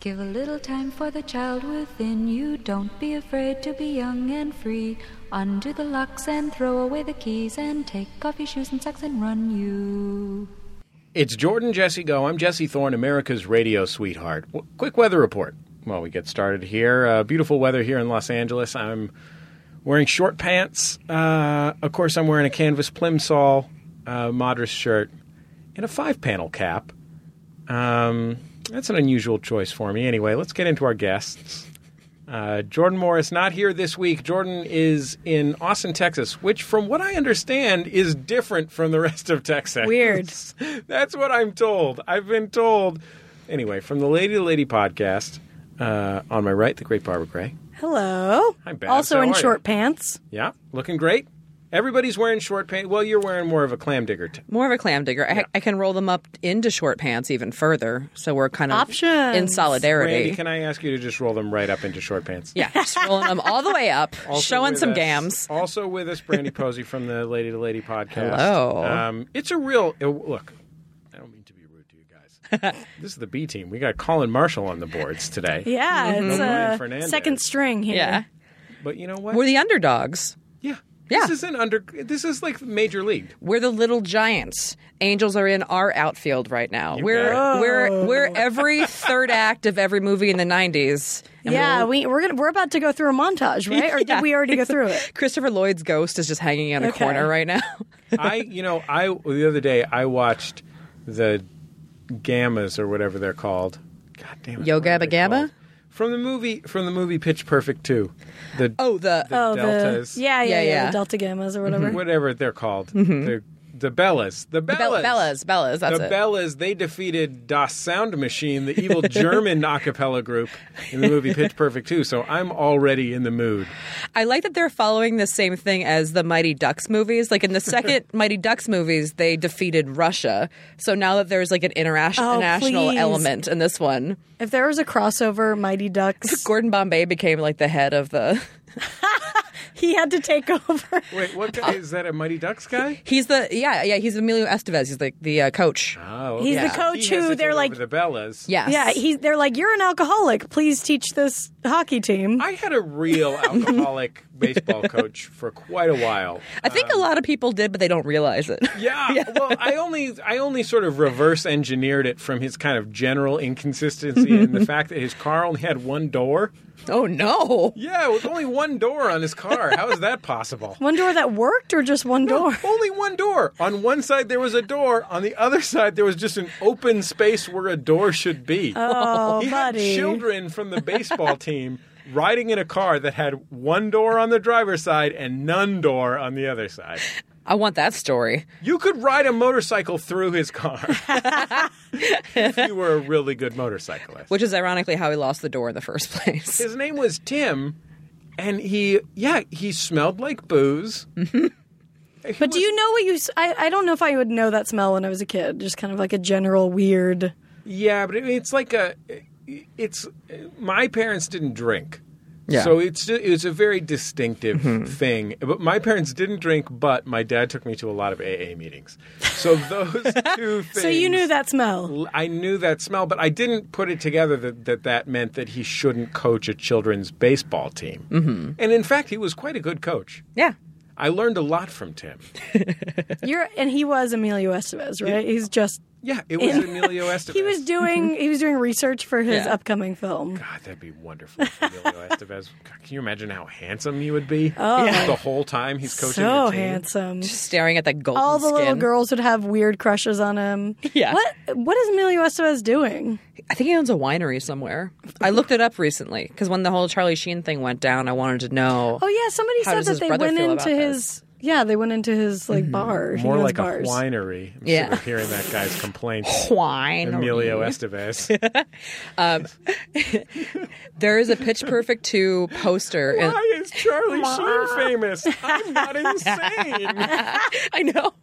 Give a little time for the child within you. Don't be afraid to be young and free. Undo the locks and throw away the keys and take off your shoes and socks and run you. It's Jordan Jesse Go. I'm Jesse Thorne, America's radio sweetheart. W- quick weather report while we get started here. Uh, beautiful weather here in Los Angeles. I'm wearing short pants. Uh, of course, I'm wearing a canvas plimsoll, uh, Madras shirt, and a five panel cap. Um, that's an unusual choice for me. Anyway, let's get into our guests. Uh, Jordan Morris not here this week. Jordan is in Austin, Texas, which, from what I understand, is different from the rest of Texas. Weird. That's what I'm told. I've been told. Anyway, from the Lady to Lady podcast, uh, on my right, the great Barbara Gray. Hello. Hi, Babs. Also How in are short you? pants. Yeah, looking great. Everybody's wearing short pants. Well, you're wearing more of a clam digger. T- More of a clam digger. I, I can roll them up into short pants even further. So we're kind of Options. in solidarity. Randy, can I ask you to just roll them right up into short pants? eh? yeah, just rolling them all the way up, Also Oh. showing with some us- gams. Also with us, Brandy Posey from the Lady to Lady podcast. Hello. Um, it's a real uh, look. I don't mean to be rude to you guys. this is the B team. We got Colin Marshall on the boards today. Yeah, it's Brian uh, Fernandez. second string here. Yeah. But you know what? We're the underdogs. yeah. Yeah. This isn't under. This is like major league. We're the little giants. Angels are in our outfield right now. we're got we're we're every third act of every movie in the '90s. And Yeah, we'll- we we're gonna, we're about to go through a montage, right? Or did Yeah. we already go through it? Christopher Lloyd's ghost is just hanging in a Okay. corner right now. I, you know, I the other day I watched the gammas or whatever they're called. God damn it! Yo what are Gabba they Gabba? called? From the movie, from the movie Pitch Perfect two, the Oh, the Oh, deltas, Mm-hmm. the yeah, yeah, yeah, Yeah, yeah. the Delta Gammas or whatever. whatever they're called, the the Bellas, the Bellas, Bell- Mm-hmm. Bellas, Bellas. That's the it. Bellas. They defeated Das Sound Machine, the evil German a cappella group, in the movie Pitch Perfect two. So I'm already in the mood. I like that they're following the same thing as the Mighty Ducks movies. Like in the second Mighty Ducks movies, they defeated Russia. So now that there's like an international Oh, national please. element in this one, If there was a crossover, Mighty Ducks, Gordon Bombay became like the head of the. he had to take over. Wait, what guy is that? A Mighty Ducks guy? Uh, He's the yeah yeah he's Emilio Estevez. He's like the uh, coach. Oh, He's okay. the coach He has to who take they're over like- the Bellas. Yes. Yeah, he, they're like, you're an alcoholic. Please teach this hockey team. I had a real alcoholic baseball coach for quite a while. I think a lot of people did, but they don't realize it. Yeah, well, I only I only sort of reverse engineered it from his kind of general inconsistency and the fact that his car only had one door. Oh no! Yeah, it was only one door on his car. How is that possible? one door that worked, or just one door? Only one door. On one side there was a door. On the other side there was just an open space where a door should be. Oh, he buddy. had children from the baseball team riding in a car that had one door on the driver's side and none door on the other side. I want that story. You could ride a motorcycle through his car if you were a really good motorcyclist. Which is ironically how he lost the door in the first place. His name was Tim, and he, yeah, he smelled like booze. But do you know what you? s- I, I don't know if I would know that smell when I was a kid. Just kind of like a general weird. Yeah, but I mean, it's like a, it's my parents didn't drink. Yeah. So it's it's a very distinctive Mm-hmm. thing. But my parents didn't drink, but my dad took me to a lot of AA meetings. So those two things. So you knew that smell. L- I knew that smell, but I didn't put it together that that, that meant that he shouldn't coach a children's baseball team. Mm-hmm. And in fact, he was quite a good coach. Yeah. I learned a lot from Tim. You're and he was Emilio Estevez, right? He's just Yeah, it was Emilio Estevez. he was doing he was doing research for his Mm-hmm. Yeah. upcoming film. God, that'd be wonderful. if Emilio Estevez. God, can you imagine how handsome he would be the whole time he's coaching? So your team? handsome. Staring at that golden All the little skin. girls would have weird crushes on him. Yeah. What what is Emilio Estevez doing? I think he owns a winery somewhere. I looked it up recently because when the whole Charlie Sheen thing went down, I wanted to know. Oh yeah, somebody How said does that his they brother went feel into about Mm-hmm. his yeah, they went into his like bar. He More owns like bars. a winery. I'm Yeah. Oh, sick of hearing that guy's complaints. Wine. Emilio Estevez. There is a Pitch Perfect 2 poster. in- Why is Charlie Sheen famous? I'm not insane. I know.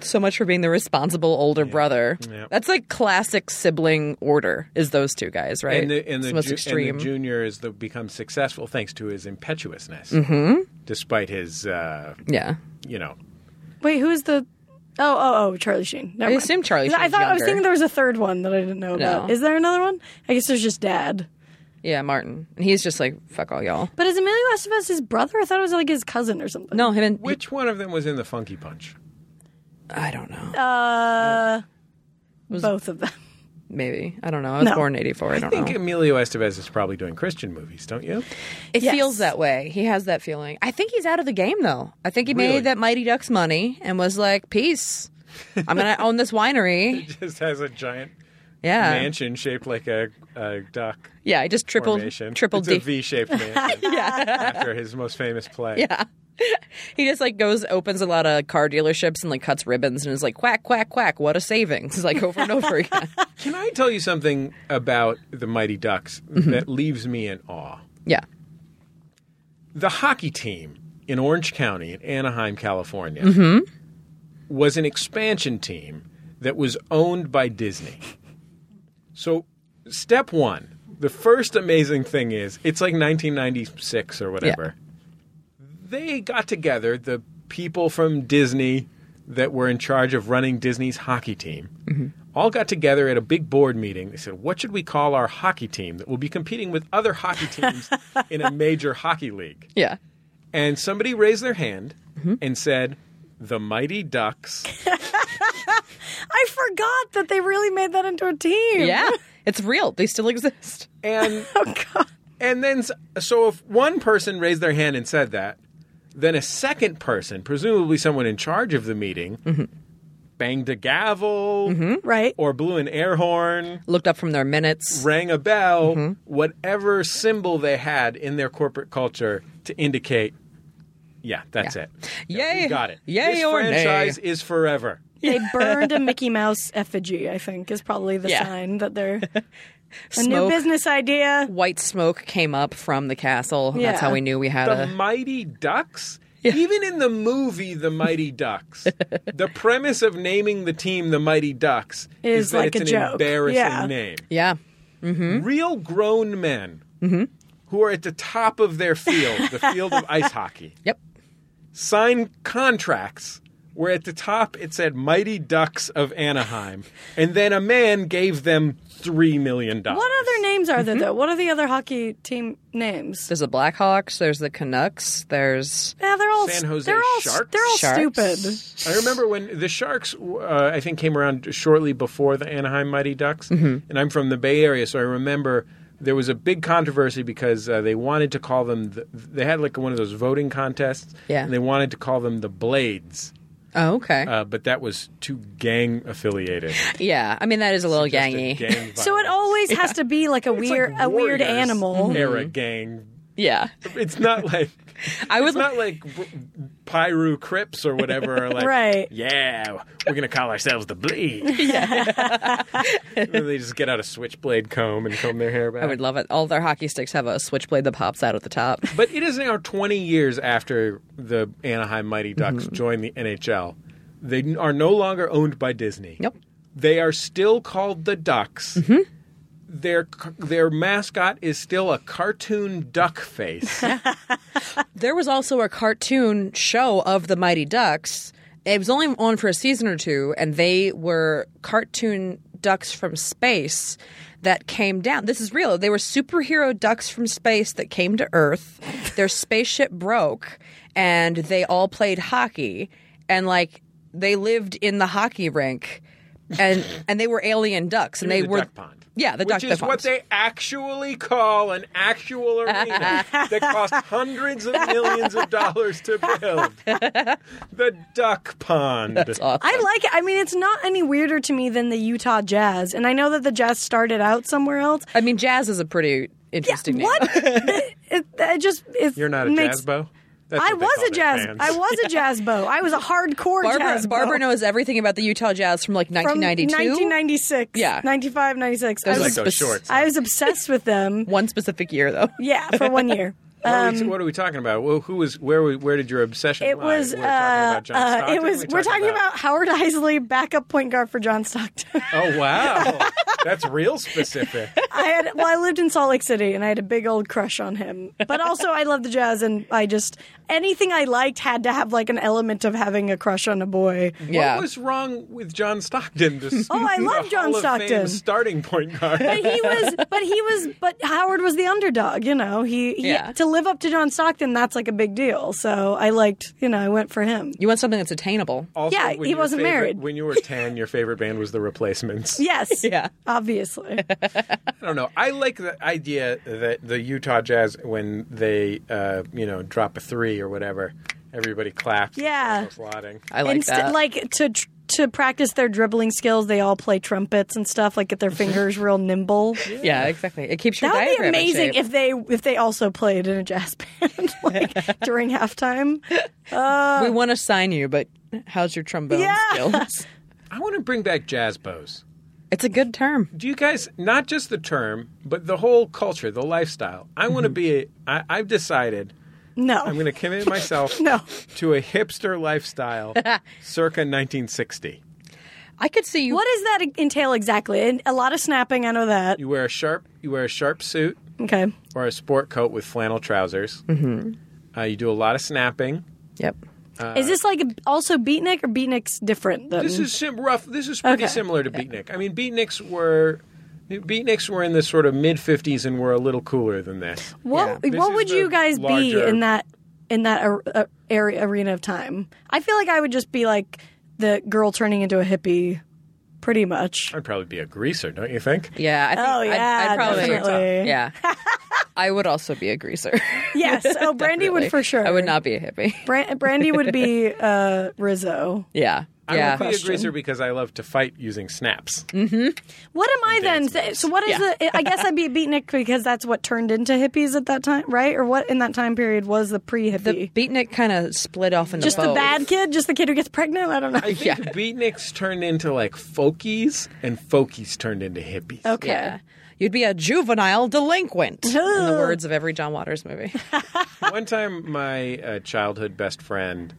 so much for being the responsible older brother. Yeah. That's like classic sibling order. Is those two guys right? and the and It's the, most ju- extreme. and the junior is the becomes successful thanks to his impetuousness, despite his uh, yeah. you know Wait, who's the Oh, oh, oh, Charlie Sheen. Never I mind. assume Charlie I Sheen's thought I was younger. thinking there was a third one that I didn't know about. No. Is there another one? I guess there's just Dad. Yeah, Martin. And he's just like, fuck all y'all. But is Emilio Estevez his brother? I thought it was like his cousin or something. No, him and Which one of them was in the Funky Punch? I don't know. Uh, both of them. Maybe I don't know. I was No. born in '84. I I don't think know. Emilio Estevez is probably doing Christian movies, don't you? It Yes. feels that way. He has that feeling. I think he's out of the game though. I think he Really? made that Mighty Ducks money and was like, "Peace, I'm gonna own this winery." Just has a giant Yeah, mansion shaped like a, a duck yeah. I just tripled, formation. triple it's D. a V-shaped mansion after his most famous play. Yeah. He just like goes, opens a lot of car dealerships and like cuts ribbons and is like quack quack quack. What a savings! Like over and over again. Can I tell you something about the Mighty Ducks Mm-hmm. that leaves me in awe? Yeah. The hockey team in Orange County in Anaheim, California, Mm-hmm. was an expansion team that was owned by Disney. So, step one, the first amazing thing is it's like 1996 or whatever. They got together, the people from Disney that were in charge of running Disney's hockey team. Mm-hmm. All got together at a big board meeting. They said, "What should we call our hockey team that will be competing with other hockey teams in a major hockey league?" Yeah. and somebody raised their hand Mm-hmm. and said the mighty ducks I forgot that they really made that into a team. Yeah. It's real. They still exist. and Oh God. and then s- so if one person raised their hand and said that then a second person presumably someone in charge of the meeting Mm-hmm. banged a gavel Right. or blew an air horn Looked up from their minutes. rang a bell whatever symbol they had in their corporate culture to indicate yeah that's it Yeah, we Yay. got it Yay this or nay. franchise is forever They burned a Mickey Mouse effigy. I think is probably the Yeah. sign that they're a new Smoke. business idea. White smoke came up from the castle. and Yeah. That's how we knew we had the a. Mighty Ducks? Even in the movie The Mighty Ducks, the premise of naming the team the Mighty Ducks is, Is that like it's a an joke. embarrassing Yeah. name. Yeah. Real grown men who are at the top of their field, the field of ice hockey, Yep. sign contracts where at the top it said Mighty Ducks of Anaheim, and then a man gave them $3 million. What other names are there though? What are the other hockey team names? There's Mm-hmm. the Blackhawks. There's the Canucks. There's Yeah, they're all San Jose they're all Sharks? they're all Sharks. stupid. I remember when the Sharks, uh, I think, came around shortly before the Anaheim Mighty Ducks, Mm-hmm. and I'm from the Bay Area, so I remember there was a big controversy because uh, they wanted to call them. The, they had like one of those voting contests, Yeah. and they wanted to call them the Blades, oh okay. uh, but that was too gang affiliated, yeah. I mean that is a little gangy. gang So it violence. always has to be like a It's weird like a weird Warriors animal. Mm-hmm. era gang. yeah. It's not like. I would It's not like Pyru Crips or whatever. Are like, Right. Yeah, we're gonna call ourselves the Bleed. And then they just get out a switchblade comb and comb their hair back. I would love it. All their hockey sticks have a switchblade that pops out at the top. but it is now 20 years after the Anaheim Mighty Ducks Mm-hmm. joined the NHL. They n- are no longer owned by Disney. Nope. Mm-hmm. They are still called the Ducks. Their c- their mascot is still a cartoon duck face. There was also a cartoon show of the Mighty Ducks. It was only on for a season or two, and they were cartoon ducks from space that came down. This is real. They were superhero ducks from space that came to Earth. Their spaceship broke, and they all played hockey. And like they lived in the hockey rink, and and they were alien ducks, and they the were duck pond. Yeah, the Which duck is pond. what they actually call an actual arena that cost hundreds of millions of dollars to build. The duck pond. That's awesome. I like it. I mean, it's not any weirder to me than the Utah Jazz, and I know that the Jazz started out somewhere else. I mean, jazz is a pretty interesting name. What? it, it just it You're not a makes, jazz bow. That's I what they was call a their jazz. fans. I was a jazz bow. I was a hardcore Barbara, jazz bow. Barbara knows everything about the Utah Jazz from like from 1992. 1996. Yeah. 95, 96. I Those I was, like those spec- shorts. I was obsessed with them. One specific year, though. Yeah, for one year. What, are we, what are we talking about? Well, who was where? we- Where did your obsession? um, It lie? was. We're uh, talking about John uh, Stockton. it was. We're talking about Howard Isley, backup point guard for John Stockton. Oh wow, that's real specific. I had well, I lived in Salt Lake City and I had a big old crush on him. But also, I loved the jazz, and I just anything I liked had to have like an element of having a crush on a boy. yeah. What was wrong with John Stockton? This, Oh, I the love John Hall of Fame Stockton. starting point guard. But he was, but he was, but Howard was the underdog. You know, he, he Yeah. to live up to John Stockton, that's like a big deal. So I liked, you know, I went for him. you want something that's attainable. Also, yeah, when he your wasn't favorite- married. When you were ten, your favorite band was The Replacements. Yes, Yeah. obviously. I don't know. I like the idea that the Utah Jazz, when they, uh, you know, drop a three or whatever, everybody claps. Yeah. It's applauding. I like Inst- that. like to tr- to practice their dribbling skills, they all play trumpets and stuff. Like get their fingers real nimble. yeah, exactly. It keeps your That would be diagram in amazing shape. if they if they also played in a jazz band like during halftime. Uh, we want to sign you, but how's your trombone Yeah. skills? I want to bring back jazz bows. It's a good term. Do you guys not just the term, but the whole culture, the lifestyle? I want to be. A, I, I've decided no, I'm going to commit myself No. to a hipster lifestyle, circa 1960. I could see you. what does that entail exactly? And a lot of snapping. I know that. You wear a sharp. You wear a sharp suit. Okay. or a sport coat with flannel trousers. Mm-hmm. Uh, you do a lot of snapping. Yep. is this like also beatnik or beatnik's different? Than, This is sim- rough. This is pretty Okay. similar to beatnik. I mean, beatniks were beatniks were in the sort of mid '50s and were a little cooler than this. what This what is would the you guys be larger- in that in that ar- uh, area arena of time? I feel like I would just be like the girl turning into a hippie, pretty much. I'd probably be a greaser, don't you think? Yeah. I think Oh, I'd- I'd, yeah, probably. definitely. Yeah. I would also be a greaser. Yes. Oh, Brandy would for sure. I would not be a hippie. Bra- Brandy would be uh, Rizzo. Yeah. I would be Yeah. a greaser because I love to fight using snaps. Mm, What am I then? So- So what is Yeah. the? I guess I'd be a beatnik because that's what turned into hippies at that time, right? Or what in that time period was the The pre-hippie? beatnik kind of split off into just the both. bad kid, just the kid who gets pregnant. I don't know. Oh. I think beatniks turned into like folkies, and folkies turned into hippies. okay. Yeah. You'd be a juvenile delinquent, in the Ugh. words of every John Waters movie. One time, my uh, childhood best friend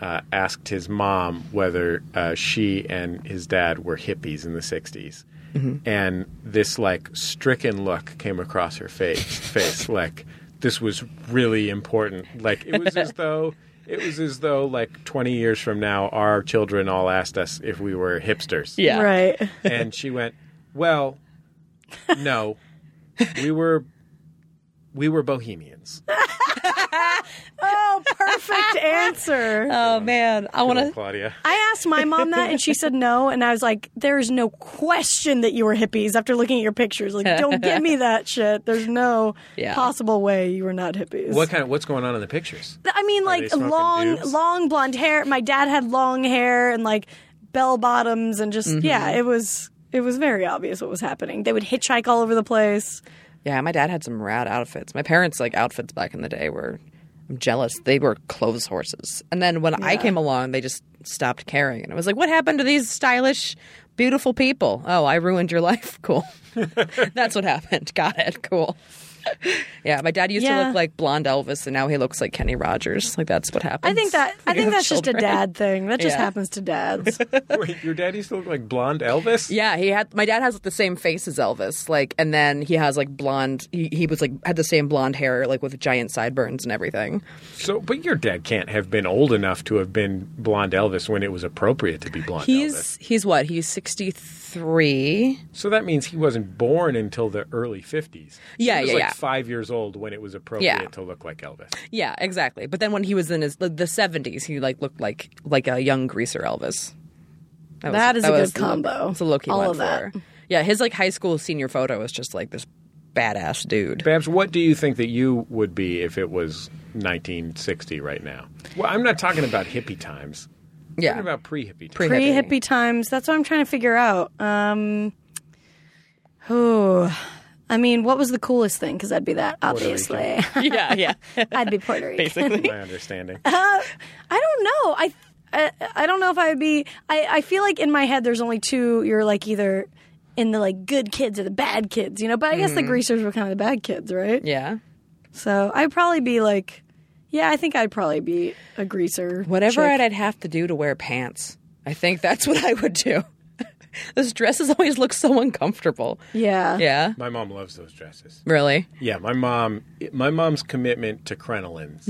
uh, asked his mom whether uh, she and his dad were hippies in the 60s. And this, like, stricken look came across her face, face. Like, this was really important. Like, it was as though. It was as though, like, 20 years from now, our children all asked us if we were hipsters. Yeah. Right. And she went, Well, no. We were. We were bohemians. Oh, perfect answer. Oh, man. I want to. Claudia. I asked my mom that, and she said no. And I was like, "There's no question that you were hippies after looking at your pictures. Like, don't give me that shit. There's no Yeah. possible way you were not hippies." What kind of what's going on in the pictures? I mean, they like smoking long, dupes? long blonde hair. My dad had long hair and like bell bottoms, and just yeah, it was it was very obvious what was happening. They would hitchhike all over the place. Yeah, my dad had some rad outfits. My parents' like outfits back in the day were I'm jealous. They were clothes horses. And then when I came along, they just stopped caring. And I was like, "What happened to these stylish, beautiful people?" Oh, I ruined your life. Cool. That's what happened. Got it. Cool. yeah, my dad used to Yeah. look like blonde Elvis, and now he looks like Kenny Rogers. Like that's what happens. I think that I when you think have that's just a children. dad thing. That just Yeah. happens to dads. Wait, your dad used to look like blonde Elvis? Yeah, he had my dad has like, the same face as Elvis, like, and then he has like blonde. He, he was like had the same blonde hair, like with giant sideburns and everything. So but your dad can't have been old enough to have been blonde Elvis when it was appropriate to be blonde Elvis. He's he's what? He's 63. So that means he wasn't born until the early fifties. Yeah, he was yeah, like yeah. five years old when it was appropriate Yeah. to look like Elvis. Yeah, exactly. But then when he was in his the, the 70s, he like looked like like a young greaser Elvis. was- That is a good was the look- combo. It's a look he All went of that. for. Yeah, his like high school senior photo was just like this badass dude. Babs, what do you think that you would be if it was nineteen sixty right now? Well, I'm not talking about hippie times. I'm Yeah. talking about pre hippie times. Pretty Pre hippie. hippie times. That's what I'm trying to figure out. Um, oh, I mean, what was the coolest thing? Because I'd be that obviously. yeah, yeah. I'd be Puerto Rican. Basically. my understanding. I don't know. I, I I don't know if I would be. I I feel like in my head there's only two. You're like either in the like good kids or the bad kids, you know. But I guess the greasers were kind of the bad kids, right? Mm-hmm. Yeah. So I'd probably be like, yeah, I think I'd probably be a greaser. Whatever chick. I'd, I'd have to do to wear pants. I think that's what I would do. Those dresses always look so uncomfortable. yeah. Yeah. My mom loves those dresses. Really? Yeah, my mom. My mom's commitment to crinolines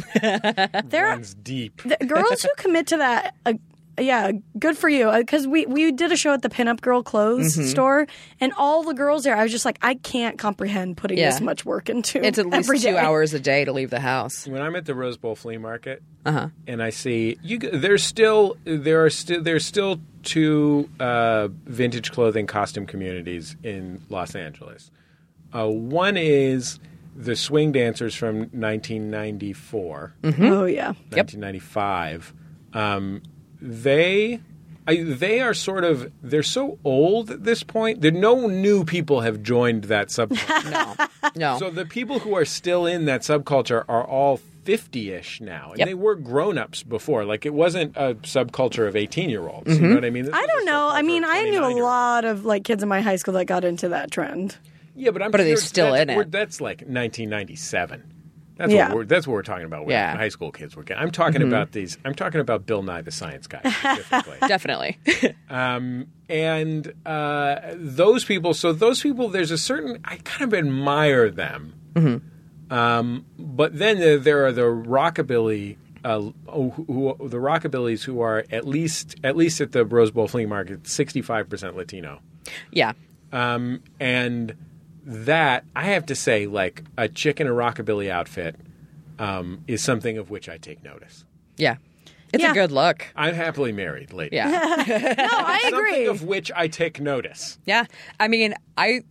There are runs deep. the girls who commit to that. Uh, yeah, good for you. Because we we did a show at the Pinup Girl Clothes Mm-hmm. store, and all the girls there, I was just like, I can't comprehend putting Yeah. this much work into It's at least every two day. hours a day to leave the house. When I'm at the Rose Bowl flea market, Uh-huh. and I see you, g- there's still there are still there's still two uh, vintage clothing costume communities in Los Angeles. Uh, one is the swing dancers from 1994. Oh Mm-hmm. yeah, 1995. Um, they I, they are sort of they're so old at this point. There no new people have joined that subculture. No. No. so the people who are still in that subculture are all 50ish now. And Yep. they were grown-ups before. Like it wasn't a subculture of 18-year-olds. Mm-hmm. You know what I mean? This I was don't a know. I subculture mean, of I knew a 29-year-olds. lot of like kids in my high school that got into that trend. Yeah, but I'm But are they sure still that's, in it? we're- That's like 1997. That's Yeah. what we're, that's what we're talking about. When Yeah. Mm-hmm. high school kids were. getting- I'm talking about these. I'm talking about Bill Nye the Science Guy specifically. Definitely. and uh, those people. So those people, there's a certain I kind of admire them. Mm-hmm. Um, but then there, there are the rockabilly, uh, who, who, the rockabillys who are at least at least at the Rose Bowl flea market, 65 percent Latino, yeah. and that I have to say, like a chick in a rockabilly outfit, um, is something of which I take notice. Yeah. It's Yeah. a good look. I'm happily married, lady. Yeah. No, I Something agree. of which I take notice. yeah. I mean, I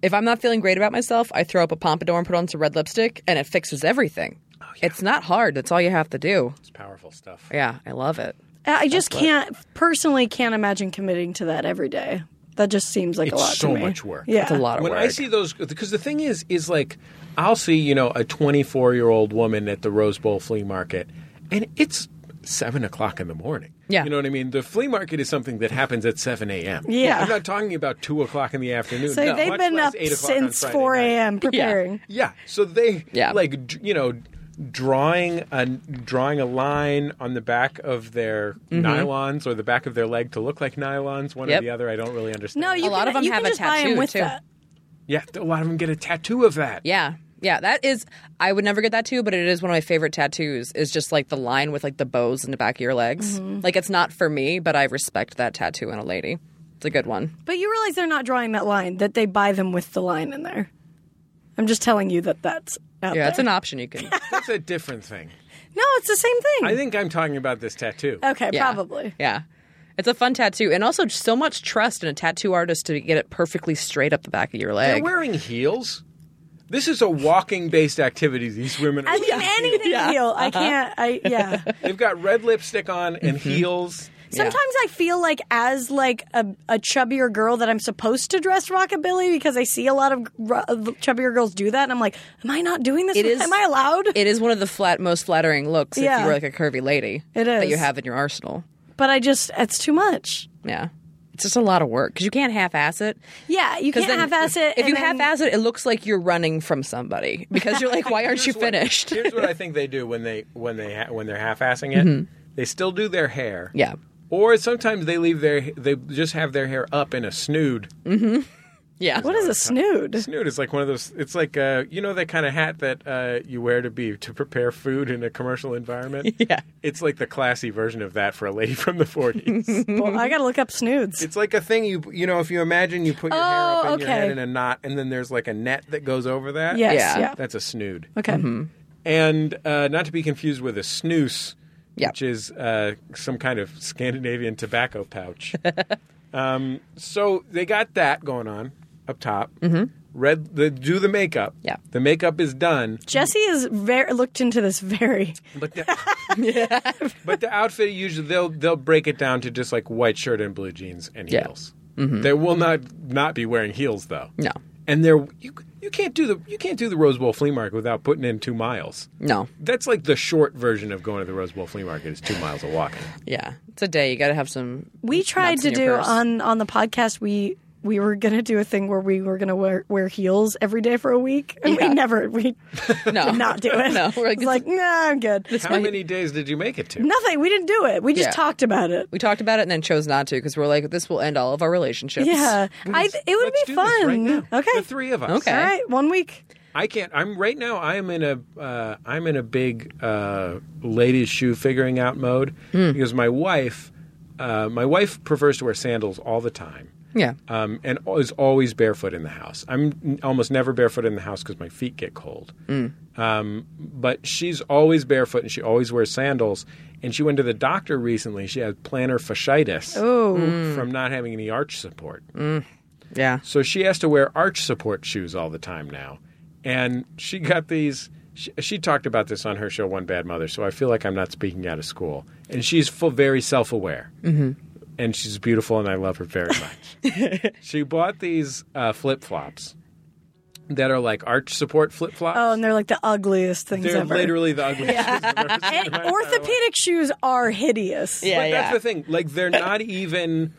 if I'm not feeling great about myself, I throw up a pompadour and put on some red lipstick and it fixes everything. It's not hard. That's all you have to do. It's powerful stuff. Yeah, I love it. I just can't personally can't imagine committing to that every day. That just seems like a It's lot so to me. much work. Yeah, It's a lot of when work. I see those, because the thing is, is like I'll see you know a 24 year old woman at the Rose Bowl flea market, and it's seven o'clock in the morning. Yeah. you know what I mean. The flea market is something that happens at 7 a.m. Yeah. I'm not talking about two o'clock in the afternoon. so No, they've much been less up eight o'clock on since Friday four night. a.m. preparing. Yeah, so they Yeah. like d- you know drawing a drawing a line on the back of their Mm-hmm. nylons or the back of their leg to look like nylons. One Yep. or the other. I don't really understand. No, you lot can, of 'em you have can a just buy 'em tattoo, with too. that. yeah, a lot of them get a tattoo of that. Yeah. Yeah, that is I would never get that too, but it is one of my favorite tattoos is just like the line with like the bows in the back of your legs. Mm-hmm. Like it's not for me, but I respect that tattoo in a lady. It's a good one. But you realize they're not drawing that line; that they buy them with the line in there. I'm just telling you that that's out Yeah, it's there. an option you can That's a different thing. no, it's the same thing. I think I'm talking about this tattoo. okay, Yeah. probably. Yeah. It's a fun tattoo and also so much trust in a tattoo artist to get it perfectly straight up the back of your They're leg. wearing heels. This is a walking based activity. These women are. I mean, anything Yeah. Uh-huh. heel. I can't. I yeah. They've got red lipstick on and Mm-hmm. heels. Sometimes I feel like as like a, a chubbier girl that I'm supposed to dress rockabilly because I see a lot of r- of chubbier girls do that, and I'm like, am I not doing this? It is- Am I allowed? It is one of the flat most flattering looks if Yeah. you were like a curvy lady. It that is. you have in your arsenal. but I just, it's too much. Yeah. It's just a lot of work because you can't half-ass it. Yeah, you can't then- half-ass it. If and you then- half-ass it, it looks like you're running from somebody because you're like, why aren't you Here's what- finished? here's what I think they do when they when they ha- when they're half assing it. They still do their hair. Mm-hmm. Yeah. Or sometimes they leave their they just have their hair up in a snood. Yeah. what is a snood? Snood is like one of those. It's like uh, you know that kind of hat that uh, you wear to be to prepare food in a commercial environment. Yeah. It's like the classy version of that for a lady from the 40s. Well, I gotta look up snoods. It's like a thing you you know if you imagine you put your hair up Oh, in your head okay. in a knot and then there's like a net that goes over that. Yes, Yeah. Mm-hmm. yeah. That's a snood. Okay. And uh, not to be confused with a snoose, Yeah. which is uh, some kind of Scandinavian tobacco pouch. um, so they got that going on up top. Mm-hmm. Red the do the makeup. Yeah. The makeup is done. Jesse has very looked into this very. But the, but the outfit usually they'll they'll break it down to just like white shirt and blue jeans and Yeah. Mm-hmm. heels. They will not not be wearing heels though. No. and they're you you can't do the you can't do the Rose Bowl flea market without putting in two miles. No. That's like the short version of going to the Rose Bowl flea market is two miles of walking. Yeah. It's a day. You got to have some. We tried nuts to in your do purse. on on the podcast. We we were gonna do a thing where we were gonna wear, wear heels every day for a week, and Yeah. we never we No. did not do it. No, we're like, It's like nah, I'm good. How many days did you make it to? Nothing. We didn't do it. We just Yeah. talked about it. We talked about it and then chose not to because we're like, this will end all of our relationships. Yeah, I, it would Let's be do this fun. right now. Okay, the three of us. Okay. All right, one week. I can't. I'm right now. I am in a. Uh, I'm in a big uh, ladies' shoe figuring out mode Hmm. because my wife, uh, my wife prefers to wear sandals all the time. Yeah. Um, and al- is always barefoot in the house. I'm n- almost never barefoot in the house because my feet get cold. Um, but she's always barefoot and she always wears sandals. And she went to the doctor recently. She had plantar fasciitis from not having any arch support. Yeah. So she has to wear arch support shoes all the time now. And she got these. She, she talked about this on her show, One Bad Mother. So I feel like I'm not speaking out of school. And she's full, very self aware. Mm-hmm. And she's beautiful, and I love her very much. she bought these uh, flip flops that are like arch support flip flops. Oh, and they're like the ugliest things They're ever. literally the ugliest. shoes I've ever seen in and my entire life. orthopedic shoes are hideous. Yeah. But that's the thing. Like they're not even.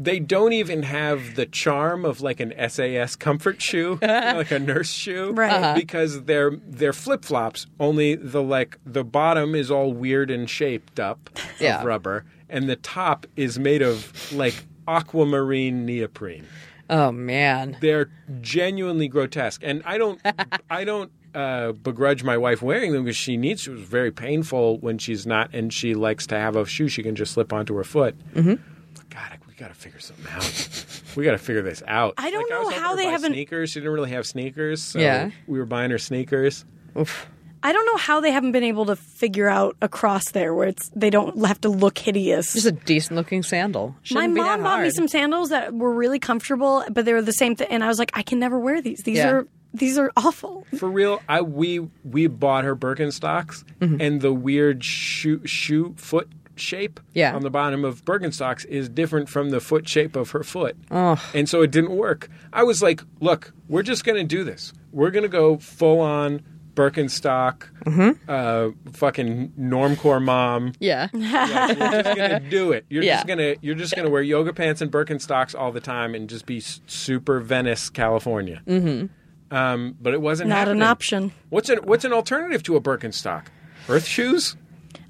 They don't even have the charm of like an SAS comfort shoe, you know, like a nurse shoe, Right. Uh-huh. Because they're they're flip flops. Only the like the bottom is all weird and shaped up Yeah. of rubber, and the top is made of like aquamarine neoprene. Oh, man. They're genuinely grotesque, and I don't I don't uh, begrudge my wife wearing them because she needs. It was very painful when she's not, and she likes to have a shoe she can just slip onto her foot. Mm-hmm. God, I- we got to figure something out. we got to figure this out. I don't know was helping how her they buy haven't- sneakers. She didn't really have sneakers. So Yeah. we were buying her sneakers. I don't know how they haven't been able to figure out a cross there where it's they don't have to look hideous. Just a decent looking sandal. My Shouldn't be that mom bought me hard. some sandals that were really comfortable, but they were the same thing, and I was like, I can never wear these. These Yeah. are these are awful. For real, I we we bought her Birkenstocks Mm-hmm. and the weird shoe shoe foot shape Yeah. on the bottom of Birkenstocks is different from the foot shape of her foot. And so it didn't work. I was like, look, we're just going to do this. We're going to go full on Birkenstock Mm-hmm. uh, fucking normcore mom. Yeah. Like, you're just gonna do it. You're Yeah. just gonna you're just gonna wear yoga pants and Birkenstocks all the time and just be s- super Venice, California. Mm-hmm. Um, but it wasn't Not an happening. option. What's an what's an alternative to a Birkenstock? Earth shoes?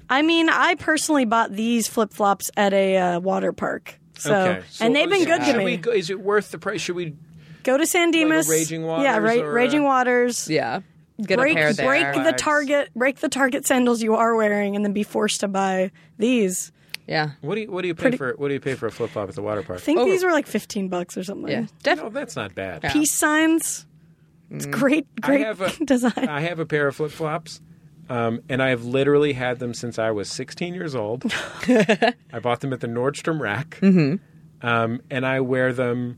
I mean, I personally bought these flip flops at a uh, water park. So, and they've been so good to should me. We, go- is it worth the price? Should we? Go to San Dimas. Raging yeah, Waters right, or uh, a- Raging Waters. Yeah. Get break a pair there. break the Flags. target break the target sandals you are wearing, and then be forced to buy these. yeah. What do you what do you pay for what do you pay for a flip flop at the water park? I think these were like fifteen bucks or something. Oh. Yeah. no, Definitely. that's not bad. Peace signs. It's great, great Mm. I have a, design. I have a pair of flip flops, um, and I have literally had them since I was 16 years old. I bought them at the Nordstrom rack, Mm-hmm. um, and I wear them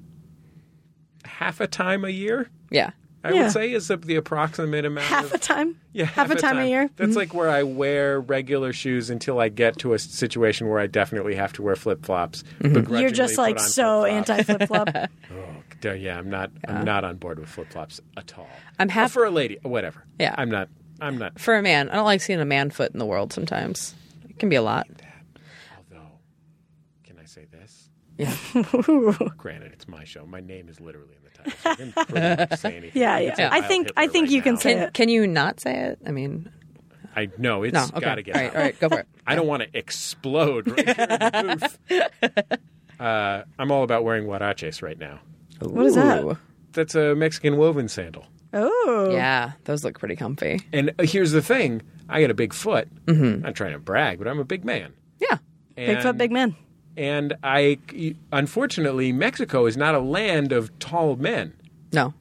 half a time a year. Yeah. I Yeah. would say is the, the approximate amount. half of, a time. yeah, half, a time, a year. Mm-hmm. That's like where I wear regular shoes until I get to a s- situation where I definitely have to wear flip flops. Mm-hmm. You're just like so anti flip flop. anti. Yeah, I'm not. I'm not on board with flip flops at all. I'm Or half- for a lady. Whatever. Yeah. I'm not. I'm not. For a man, I don't like seeing a man foot in the world sometimes. It can be a lot. Although, can I say this? Yeah. Granted, it's my show. My name is literally in the title. So I can pretty much say anything. Yeah, You yeah. can say I Heil think- Hitler I think right you can now. say- Can, can you not say it? I mean, I know it's no. Okay. got to get all right. out. All right. Go for it. I don't want to explode right here in the booth. Uh, I'm all about wearing huaraches right now. What is that? Ooh. That's a Mexican woven sandal. Oh, Yeah. Those look pretty comfy. And uh, here's the thing: I got a big foot. I'm not trying to brag, but I'm a big man. Yeah. Mm-hmm. big foot, And- big man. And I, unfortunately, Mexico is not a land of tall men. No.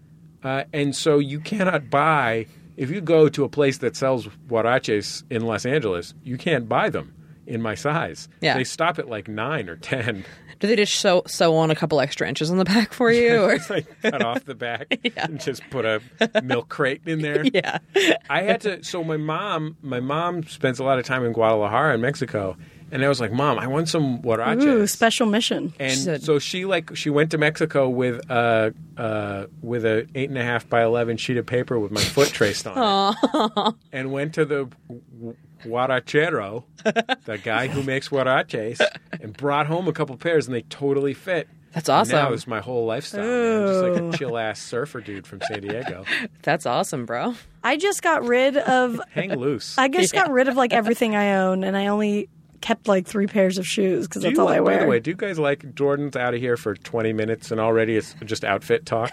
Uh, and so you cannot buy, if you go to a place that sells huaraches in Los Angeles, you can't buy them in my size. Yeah. They stop at like nine or 10, Do they just sew, sew on a couple extra inches on the back for you? Or? like cut off the back and just put a milk crate in there. yeah. I had to. So my mom, my mom spends a lot of time in Guadalajara in Mexico. And I was like, Mom, I want some huaraches. Ooh, special mission. and said- so she like she went to Mexico with a uh, with a eight and a half by eleven sheet of paper with my foot traced on it, and went to the gu- guarachero, the guy who makes huaraches, and brought home a couple pairs, and they totally fit. That's awesome. Now is my whole lifestyle. Man. I'm just like a chill ass surfer dude from San Diego. That's awesome, bro. I just got rid of Hang loose. I just got rid of like everything I own, and I only kept like three pairs of shoes because Do that's you all like- I wear. By the way, do you guys like Jordan's out of here for 20 minutes and already it's just outfit talk?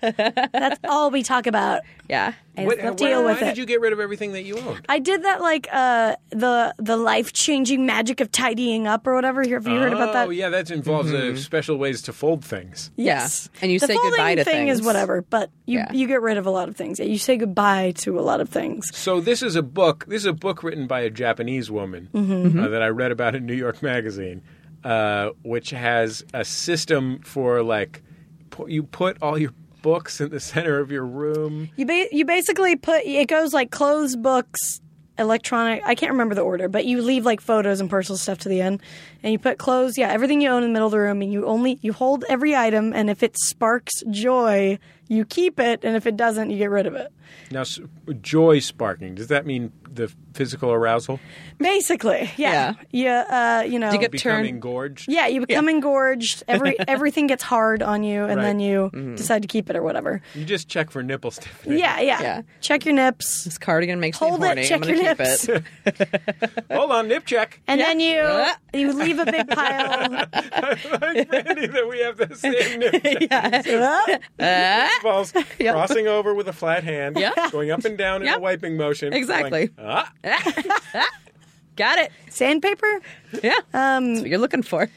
That's all we talk about. Yeah. What- deal why, with why it. did you get rid of everything that you owned? I did that like uh the the life changing magic of tidying up or whatever. Have you heard about that? Mm-hmm. Oh, yeah, that involves uh, special ways to fold things. Yes. Yeah. And you the say folding goodbye to thing is things. whatever, but you Yeah. you get rid of a lot of things. Yeah, you say goodbye to a lot of things. So this is a book. This is a book written by a Japanese woman Mm-hmm. uh, that I read about in New York Magazine, uh, which has a system for like pu- you put all your books in the center of your room. You ba- you basically put it goes like clothes, books, electronic. I can't remember the order, but you leave like photos and personal stuff to the end, and you put clothes. Yeah, everything you own in the middle of the room, and you only you hold every item, and if it sparks joy, you keep it, and if it doesn't, you get rid of it. Now, s- joy sparking. Does that mean the physical arousal? Basically, yeah, yeah. uh, you know, you get- Become Turn- engorged. yeah, you become engorged. Every everything gets hard on you, and Right. then you Mm-hmm. decide to keep it or whatever. You just check for nipple stiffness. Yeah, yeah. Yeah. Check your nips. This cardigan makes Hold it, me horny. check I'm gonna your keep nips. it. Hold on, nip check. And then you Yeah. you leave a big pile. I'm ready that we have the same nip check. Balls crossing over with a flat hand, Yeah. going up and down in Yep. a wiping motion. Exactly. going, ah, Got it. Sandpaper? Yeah. Um, That's what you're looking for.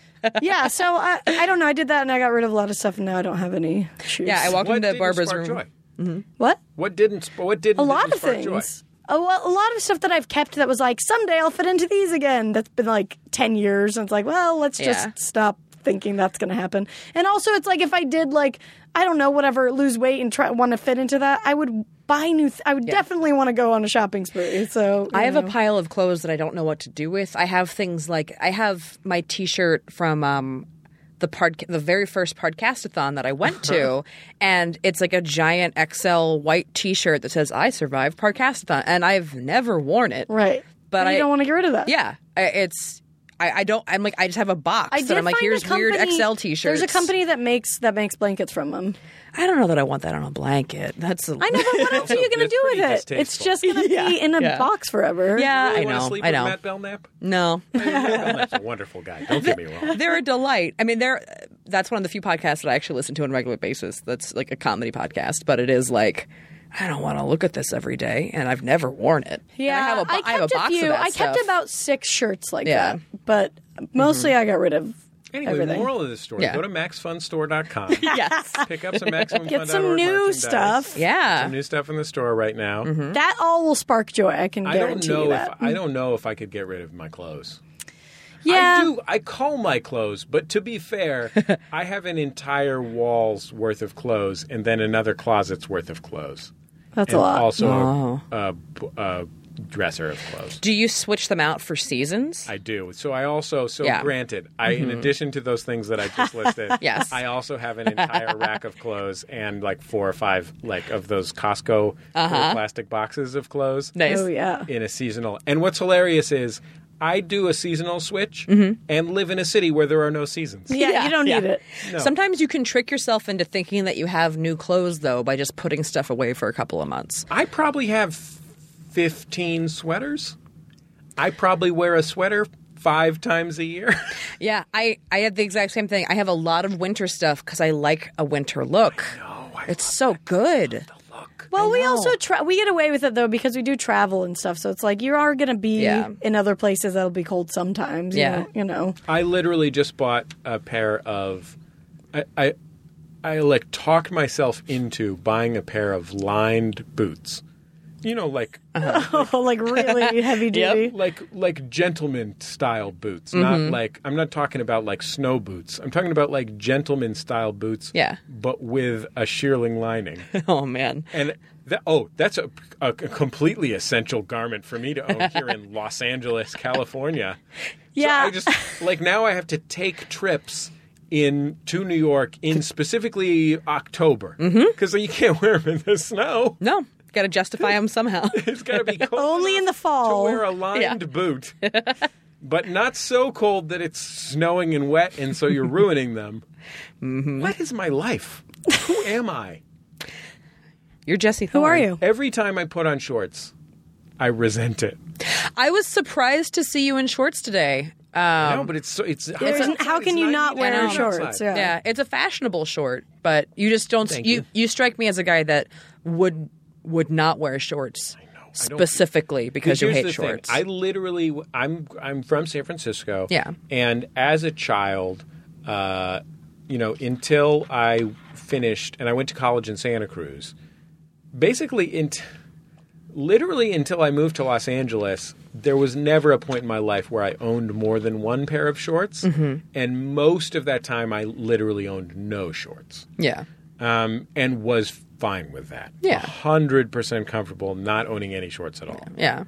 Yeah, so I, I don't know. I did that and I got rid of a lot of stuff and now I don't have any shoes. Yeah, I walked what into didn't Barbara's spark room. joy? What? What didn't? sp- What didn't? A lot didn't of spark joy? things. A, well, a lot of stuff that I've kept that was like, someday I'll fit into these again. That's been like 10 years. And it's like, well, let's just Yeah. stop thinking that's going to happen. And also, it's like if I did, like, I don't know, whatever, lose weight and try want to fit into that, I would buy new, th- I would definitely want to go on a shopping spree. So, I you have know. a pile of clothes that I don't know what to do with. I have things like I have my T-shirt from um, the pod, the very first podcastathon that I went Uh-huh. to, and it's like a giant XL white T-shirt that says "I survived podcastathon," and I've never worn it. Right. But you I- don't want to get rid of that. Yeah, I, it's I, I don't. I'm like I just have a box I that did I'm like find here's a company, weird XL T-shirts. There's a company that makes that makes blankets from them. I don't know that I want that on a blanket. That's a, I know, but what else are you going to That's do with pretty it? It's distasteful. just going to be in a yeah. box forever. Yeah, Really I wanna know. Sleep I with know. Matt Belknap. no. Matt Belknap's a wonderful guy. Don't get me wrong. they're a delight. I mean, they're that's one of the few podcasts that I actually listen to on a regular basis. That's like a comedy podcast, but it is like I don't want to look at this every day, and I've never worn it. And Yeah, I have a, bo- I have a kept box few. of that I kept stuff. about six shirts like Yeah. Mm-hmm. that, but mostly I got rid of Anyway, everything. the moral of this story: Yeah. go to maxfunstore.com. yes, Pick up some maximum. Get some new stuff. Some yeah. new stuff in the store right now. Mm-hmm. That all will spark joy. I can I don't guarantee know you if that. I don't know if I could get rid of my clothes. yeah, I do. I call my clothes, but to be fair, I have an entire wall's worth of clothes, and then another closet's worth of clothes, that's and a lot. also a- a, b- a dresser of clothes. Do you switch them out for seasons? I do. So I also. So Yeah. granted, I Mm-hmm. in addition to those things that I just listed, Yes. I also have an entire rack of clothes and like four or five like of those Costco little Uh-huh. plastic boxes of clothes nice. oh yeah, in a seasonal. And what's hilarious is I do a seasonal switch and live in a city where there are no seasons. yeah. Yeah, you don't yeah. need it. Sometimes you can trick yourself into thinking that you have new clothes, though, by just putting stuff away for a couple of months. I probably have 15 sweaters. I probably wear a sweater five times a year. Yeah, I, I had the exact same thing. I have a lot of winter stuff because I like a winter look. oh, I It's so good. look. Well, we know. also tra- we get away with it though because we do travel and stuff. So it's like you are going to be Yeah. in other places that'll be cold sometimes. you Yeah. know- you know. I literally just bought a pair of. I, I, I like talked myself into buying a pair of lined boots. You know, like Oh, like really heavy duty. like like gentleman style boots, not like I'm not talking about like snow boots. I'm talking about like gentleman style boots. Yeah. but with a shearling lining. Oh, man. and that, oh, that's a, a completely essential garment for me to own here in Los Angeles, California. Yeah. so I just like now I have to take trips. In to New York in specifically October because you can't wear them in the snow. No, got to justify them somehow. It's got to be cold Only in the to fall. wear a lined boot. but not so cold that it's snowing and wet, and so you're ruining them. What is my life? Who am I? You're Jesse Who Thorne. are you? Every time I put on shorts, I resent it. I was surprised to see you in shorts today. Uh, No, but it's so it's. There's n- how can you not wear shorts? Yeah. Yeah, it's a fashionable short, but you just don't. Thank You, you. you strike me as a guy that would would not wear shorts specifically because you Here's hate the thing. shorts. I literally, I'm I'm from San Francisco. Yeah. And as a child, uh, you know, until I finished, and I went to college in Santa Cruz. Basically, in literally until I moved to Los Angeles, there was never a point in my life where I owned more than one pair of shorts, Mm-hmm. and most of that time I literally owned no shorts yeah, um, and was fine with that. Yeah. hundred percent comfortable not owning any shorts at all. yeah.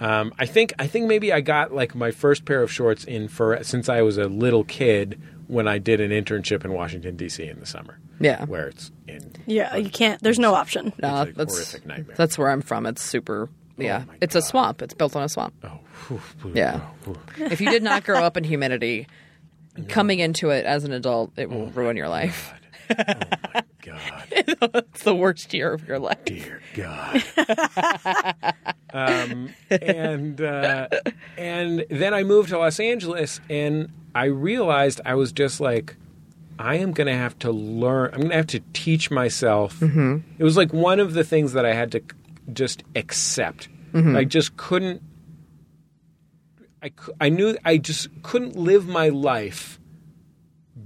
Um, I think I think maybe I got like my first pair of shorts in for since I was a little kid when I did an internship in Washington D.C. in the summer. Yeah. where it's in Yeah, you can't. There's no option. Uh, a that's horrific nightmare. Oh That's where I'm from. It's super. Yeah, my it's a swamp. It's built on a swamp. oh, whew, whew, Yeah. whew. if you did not grow up in humidity, coming into it as an adult, it Oh will ruin your life. God, It's the worst year of your life. dear God. um, and uh, and then I moved to Los Angeles, and I realized I was just like, I am going to have to learn. I'm going to have to teach myself. It was like one of the things that I had to c- just accept. I just couldn't. I, cou- I knew I just couldn't live my life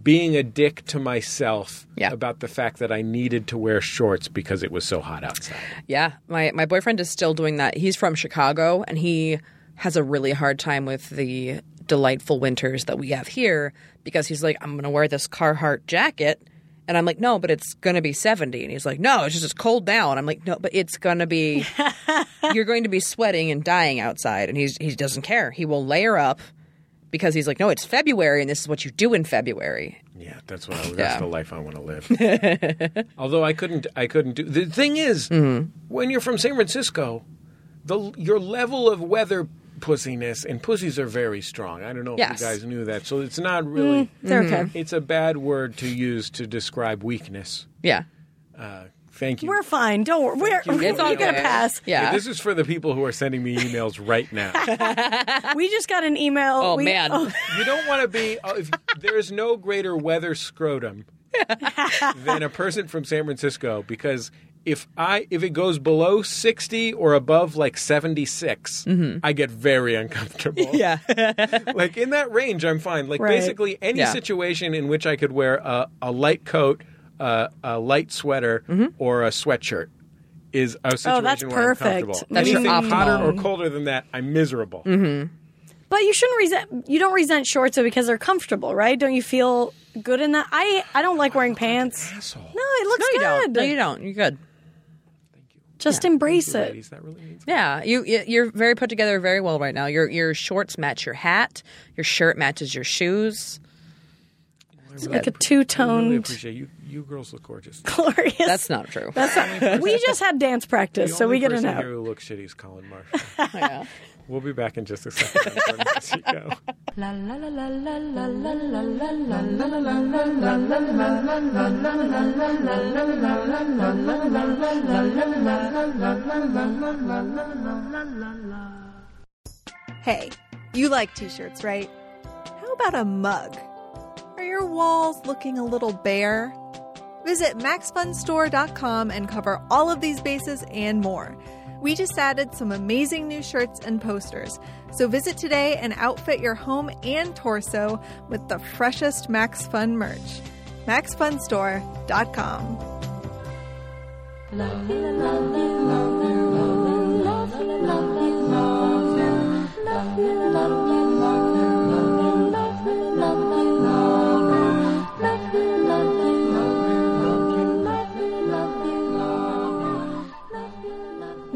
being a dick to myself Yeah. about the fact that I needed to wear shorts because it was so hot outside. Yeah, my my boyfriend is still doing that. He's from Chicago and he has a really hard time with the delightful winters that we have here because he's like, I'm going to wear this Carhartt jacket. And I'm like, no, but it's going to be 70. And he's like, no, it's just it's cold now. And I'm like, no, but it's going to be, you're going to be sweating and dying outside. And he's, he doesn't care. He will layer up because he's like, no, it's February and this is what you do in February. Yeah, that's what I, that's Yeah. the life I want to live. Although I couldn't, I couldn't do. The thing is, Mm-hmm. when you're from San Francisco, the your level of weather pussiness and pussies are very strong. I don't know if Yes. Mm. you guys knew that, so it's not really. They're okay. Mm-hmm. It's a bad word to use to describe weakness. Uh, Yeah. Thank you. We're fine. Don't worry. We're, we're It's all gonna good. pass. Yeah. This is for the people who are sending me emails right now. We just got an email. oh, We- man. oh, You don't want to be. oh, If, there is no greater weather scrotum than a person from San Francisco because if I if it goes below sixty or above like seventy I get very uncomfortable. Mm-hmm. Yeah. like in that range, I'm fine. Like Right. basically any Yeah. situation in which I could wear a, a light coat, uh, a light sweater, Mm-hmm. or a sweatshirt. Is a situation that's where I'm perfect. comfortable. Oh, That's your Anything hotter or optimal. colder than that, I'm miserable. Mm-hmm. But you shouldn't resent. You don't resent shorts though because they're comfortable, right? Don't you feel good in that? I I don't like wearing pants. Asshole. No, it looks No, you good. don't. No, you don't. You're good. Just embrace it. Ladies, that really means Yeah, you y- you're very put together very well right now. Your your shorts match your hat. Your shirt matches your shoes. It's like a two I really toned, appreciate you. You girls look gorgeous. glorious. That's not true. That's not- we just had dance The practice, so only we get to person here know. who looks shitty is Colin Marshall. Yeah. we'll be back in just a second. I'm gonna let you go. La la la la la la la la la la. Hey, you like t shirts, right? How about a mug? Are your walls looking a little bare? Visit MaxFunStore.com and cover all of these bases and more. We just added some amazing new shirts and posters, so visit today and outfit your home and torso with the freshest Max Fun merch. MaxFunStore.com.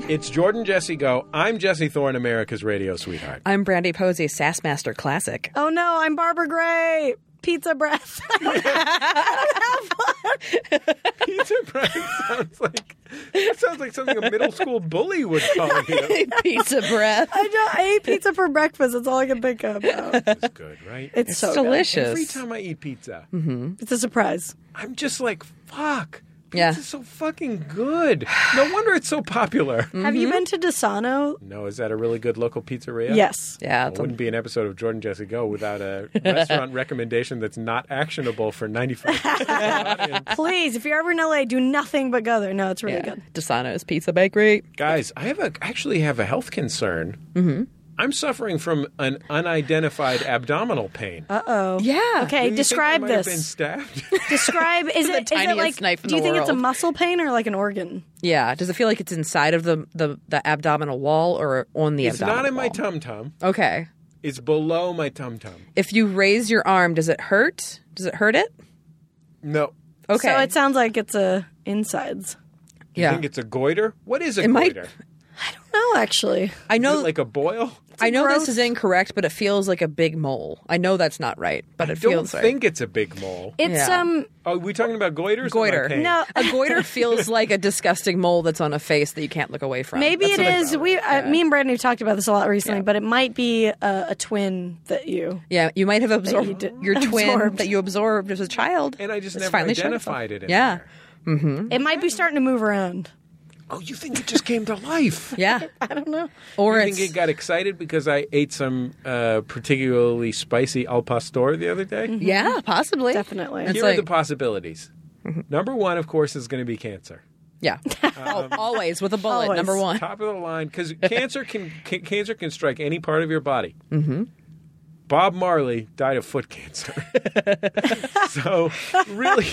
It's Jordan Jesse Go. I'm Jesse Thorne, America's radio sweetheart. I'm Brandy Posey, Sassmaster Classic. Oh no, I'm Barbara Gray. pizza breath. Pizza breath sounds like that sounds like something a middle school bully would call you. Pizza breath. I, don't, I ate pizza for breakfast. That's all I can think of. now. It's good, right? It's, Mm-hmm. so It's good. delicious. Every time I eat pizza, It's a surprise. I'm just like, fuck. Yeah. Pizza's so fucking good. No wonder it's so popular. Have Mm-hmm. you been to Desano? No, is that a really good local pizzeria? Yes. Yeah, Well, it it's a- wouldn't be an episode of Jordan Jesse Go without a restaurant recommendation that's not actionable for 95. Please, if you're ever in LA, do nothing but go there. No, it's really yeah. good. Desano's Pizza Bakery. Guys, I have a actually have a health concern. Mm-hmm. I'm suffering from an unidentified abdominal pain. Uh, Yeah. Okay, describe might Have been this. stabbed. Describe. Is it, is it tiniest like? knife in do you the think it's a world. muscle pain or like an organ? Yeah. Does it feel like it's inside of the the, the abdominal wall or on the it's abdominal? not in my wall? tum tum. Okay. It's below my tum tum. If you raise your arm, does it hurt? Does it hurt it? No. Okay. So it sounds like it's a insides. You yeah. think it's a goiter? What is a It might- goiter? Is No, actually, I it know. like a boil? I know growth. this is incorrect, but it feels like a big mole. I know that's not right, but it Don't feels right. think it's a big mole. it's Yeah. um. Are we talking about goiters? or Goiter. my pain? No, a goiter feels like a disgusting mole that's on a face that you can't look away from. Maybe That's it what is. We, uh, me and Brandon have talked about this a lot recently, but it might be a, a twin that you. Yeah, you might have absorbed you did- your twin absorbed. that you absorbed as a child, And I just It's never finally showing identified itself. it in yeah, there. It might be starting to move around. Oh, you think it just came to life? yeah. I don't know. Or I it's think it got excited because I ate some uh, particularly spicy al pastor the other day. yeah, possibly, Definitely. Mm-hmm. It's Here are like the possibilities. Number one, of course, is going to be cancer. yeah, Um, Al- always with a bullet. always. Number one. Top of the line, because cancer can, can cancer can strike any part of your body. Mm-hmm. Bob Marley died of foot cancer, so really,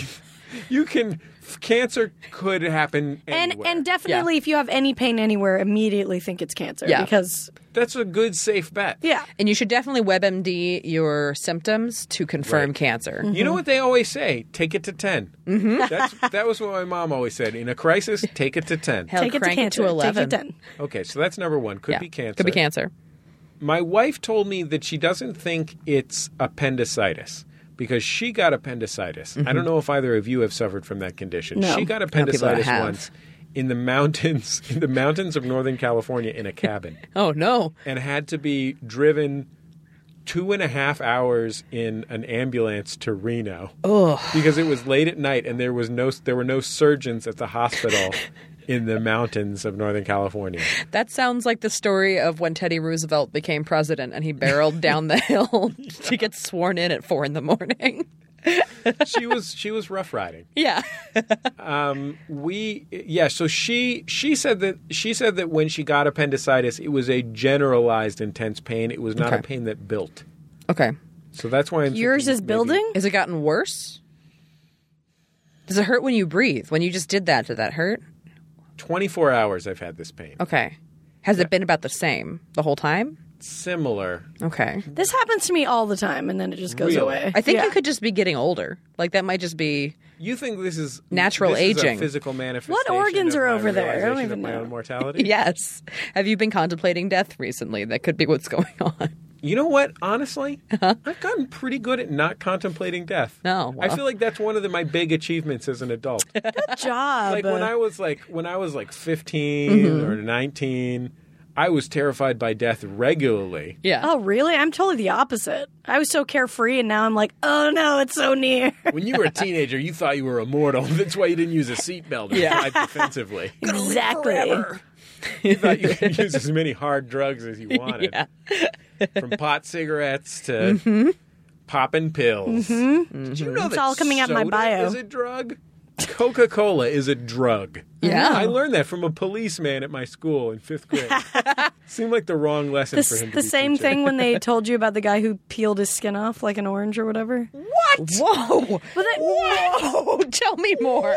you can cancer could happen And anywhere. and definitely, if you have any pain anywhere, immediately think it's cancer. Yeah. Because that's a good safe bet. yeah, And you should definitely WebMD your symptoms to confirm Right. cancer. Mm-hmm. You know what they always say? Take it to 10 Mm-hmm. That's, that was what my mom always said. In a crisis, take it to ten. Hell, take it to crank cancer. it to eleven. Take it to ten. Okay, so that's number one. Could Yeah. be cancer. Could be cancer. My wife told me that she doesn't think it's appendicitis because she got appendicitis. I Mm-hmm. don't know if either of you have suffered from that condition. No. She got people that appendicitis have. once in the mountains, in the mountains of Northern California, in a cabin, Oh no. and had to be driven two and a half hours in an ambulance to Reno. Because it was late at night and there was no there were no surgeons at the hospital in the mountains of Northern California. That sounds like the story of when Teddy Roosevelt became president and he barreled down the hill to get sworn in at four in the morning. She was she was rough riding. Yeah. We yeah, so she she said that she said that when she got appendicitis it was a generalized intense pain. It was not a Okay. pain that built. Okay. So that's why I'm Yours thinking is maybe- building. Has it gotten worse? Does it hurt when you breathe? When you just did that, did that hurt? 24 hours I've had this pain. Okay. Has it been about the same the whole time? Similar. Okay. This happens to me all the time, and then it just goes Really? away. I think Yeah. you could just be getting older. Like that might just be You think this is Natural this is a aging. physical manifestation? organs of are my over there? I don't realization of even my know. own mortality. Yes. Have you been contemplating death recently? That could be what's going on. You know what? Honestly, Uh-huh. I've gotten pretty good at not contemplating death. No, well. I feel like that's one of the, my big achievements as an adult. Good job. like when I was like when I was like 15 Mm-hmm. or 19, I was terrified by death regularly. Yeah. oh, really? I'm totally the opposite. I was so carefree, and now I'm like, oh no, it's so near. When you were a teenager, you thought you were immortal. That's why you didn't use a seatbelt and Yeah. drive defensively. exactly. You thought you could use as many hard drugs as you wanted. From pot cigarettes to popping pills. Did you know Mm-hmm. It's that all coming out soda my bio. is a drug? Coca Cola is a drug. Yeah. I learned that from a policeman at my school in fifth grade. Seemed like the wrong lesson This, for him to the be same teaching. thing when they told you about the guy who peeled his skin off like an orange or whatever. Whoa. Well, that- Whoa. Tell me more.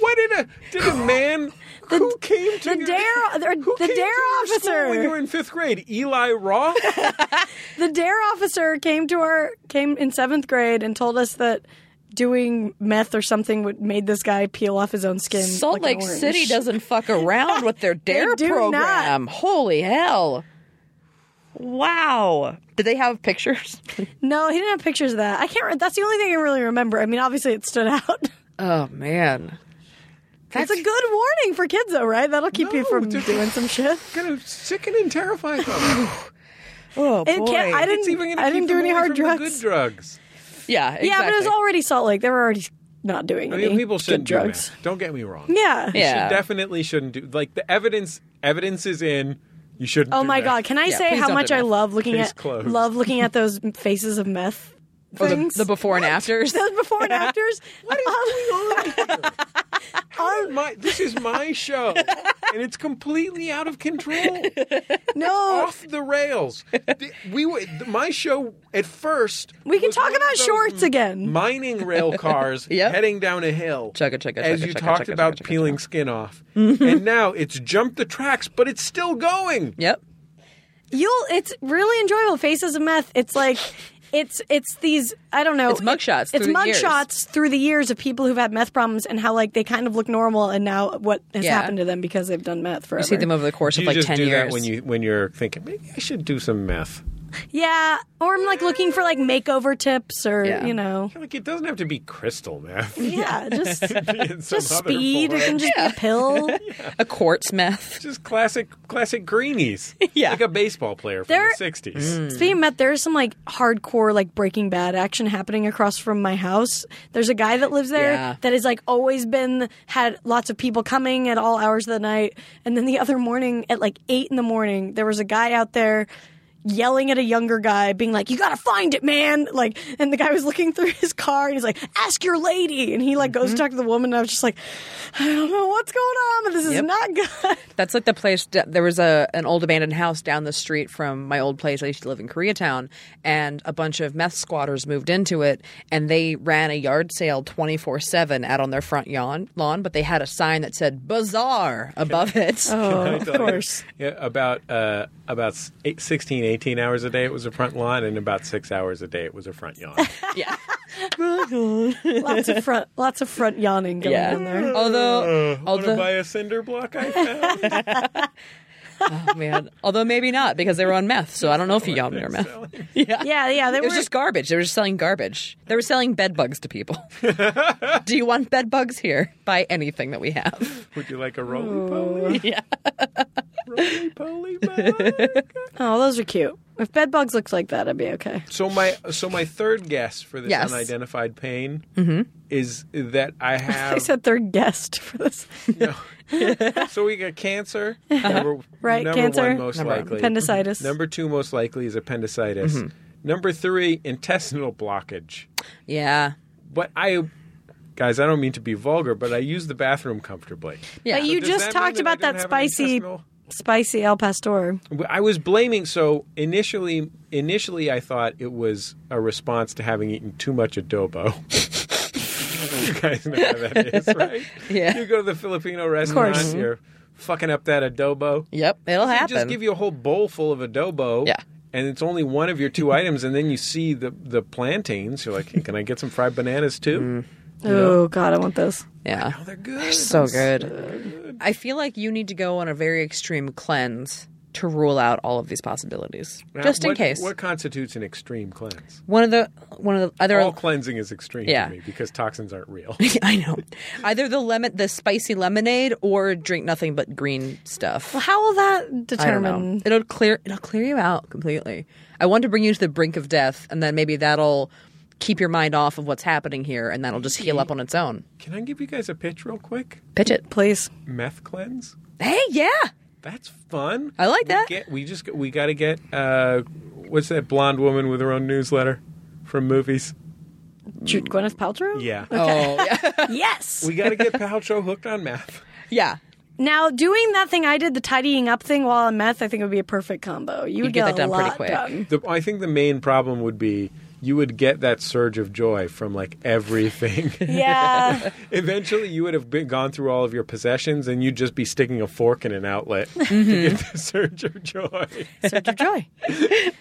What did a did a man who came to the your, dare- the- who the came to dare your school when officer. you were in fifth grade? Eli Roth. The dare officer came to our came in seventh grade and told us that doing meth or something would made this guy peel off his own skin. Salt like an Lake orange. City doesn't fuck around with their dare do program. Holy hell. Wow. Did they have pictures? No, he didn't have pictures of that. I can't. Re- that's the only thing I can really remember. I mean, obviously it stood out. Oh man. That's a good warning for kids, though, right? That'll keep you No, from dude. doing some shit. Kind of sickening, terrifying. though. Oh It boy. can't- I didn't. it's even gonna I didn't keep do them any away from hard the drugs. Good drugs. Yeah. Exactly. Yeah, but it was already Salt Lake. They were already not doing I any mean, people shouldn't good drugs. do that. Don't get me wrong. Yeah. Yeah. should- definitely shouldn't do. Like the evidence, evidence is in. You shouldn't. Oh do my that. god! Can I say please how don't much do I meth. love looking Case at closed. love looking at those faces of meth Oh, the- things? the, before and afters. those before and afters. Uh, what My, this is my show, and it's completely out of control, no, off the rails. The- We were my show at first. we can was talk one of about those shorts again. Mining rail cars Yep. heading down a hill. Chugga, chugga, As chugga, you chugga, talked chugga, about chugga, chugga, peeling skin off, and now it's jumped the tracks, but it's still going. Yep. You'll. It's really enjoyable. Faces of meth. It's like. It's it's these I don't know It's mugshots It's through the years. mugshots through the years of people who've had meth problems and how like they kind of look normal and now what has Yeah. happened to them because they've done meth forever. You see them over the course Do of you like just ten do years. that when you when you're thinking maybe I should do some meth. yeah, or I'm like looking for like makeover tips or Yeah. you know Like it doesn't have to be crystal meth. yeah just In some just other speed. It form. can just be a pill. a quartz meth. just classic classic greenies. Yeah. Mm. Like a baseball player from There- the sixties. Speaking of meth, there's some like hardcore like Breaking Bad action happening across from my house. There's a guy that lives there Yeah. that has like always been had lots of people coming at all hours of the night. And then the other morning at like eight in the morning, there was a guy out there yelling at a younger guy, being like, "You gotta find it, man!" Like, and the guy was looking through his car and he's like, "Ask your lady," and he like Mm-hmm. goes to talk to the woman. And I was just like, I don't know what's going on, but this is Yep. not good. That's like the place. d there was a an old abandoned house down the street from my old place. I used to live in Koreatown, and a bunch of meth squatters moved into it, and they ran a yard sale twenty four seven out on their front yawn, lawn. But they had a sign that said "Bazaar" above it. Oh, of course. Yeah, about uh, about s- eight, 16, 18 hours a day it was a front lawn, and about six hours a day it was a front yawn. Yeah, lots of front, lots of front yawning going on there. Uh, yeah. Although, Want to although, buy a cinder block I found? oh, man, although maybe not because they were on meth. So I don't know if you yawned near meth. Yeah. Yeah, yeah, they It were was just garbage. They were just selling garbage. They were selling bed bugs to people. Do you want bed bugs here? Buy anything that we have. Would you like a roly poly? Yeah. Roly poly bug? Oh, those are cute. If bed bugs looked like that, I'd be okay. So my so my third guess for this Yes. unidentified pain is that I have Mm-hmm. I said third guest for this so we got cancer number, Right, number cancer. one most Number one. likely appendicitis. Mm-hmm. Number two, most likely, is appendicitis. Number three, intestinal blockage. Yeah. But I, guys, I don't mean to be vulgar, but I use the bathroom comfortably. Yeah. But you Does just that mean talked that I don't about that have an spicy, intestinal- spicy El Pastor. I was blaming. So initially, initially, I thought it was a response to having eaten too much adobo. you guys know how that is, right? Yeah. You go to the Filipino restaurant, course. you're fucking up that adobo. Yep. It'll They happen. just give you a whole bowl full of adobo. Yeah. And it's only one of your two items, and then you see the, the plantains. You're like, hey, can I get some fried bananas too? Mm. Oh God, I want those. yeah. Oh, they're good. So good. I feel like you need to go on a very extreme cleanse to rule out all of these possibilities, Now, just in what- case. What constitutes an extreme cleanse? One of the one of the either All cleansing is extreme Yeah. to me because toxins aren't real. I know either the lemon the spicy lemonade or drink nothing but green stuff. Well, how will that I don't determine? know. It'll clear it'll clear you out completely. I want to bring you to the brink of death and then maybe that'll keep your mind off of what's happening here and that'll just heal up on its own. Can I give you guys a pitch real quick? Pitch it. Please, Meth cleanse. Hey, yeah. That's fun. I like We that. get- we just we got to get uh, what's that blonde woman with her own newsletter from movies? Jude Gwyneth Paltrow. Yeah. Oh, yeah. Yes. We got to get Paltrow hooked on meth. yeah. now doing that thing I did, the tidying up thing while on meth, I think would be a perfect combo. You would get a that done pretty lot quick. done. The, I think the main problem would be you would get that surge of joy from like everything. Yeah. Eventually, you would have been, gone through all of your possessions, and you'd just be sticking a fork in an outlet Mm-hmm. to get the surge of joy. Surge of joy.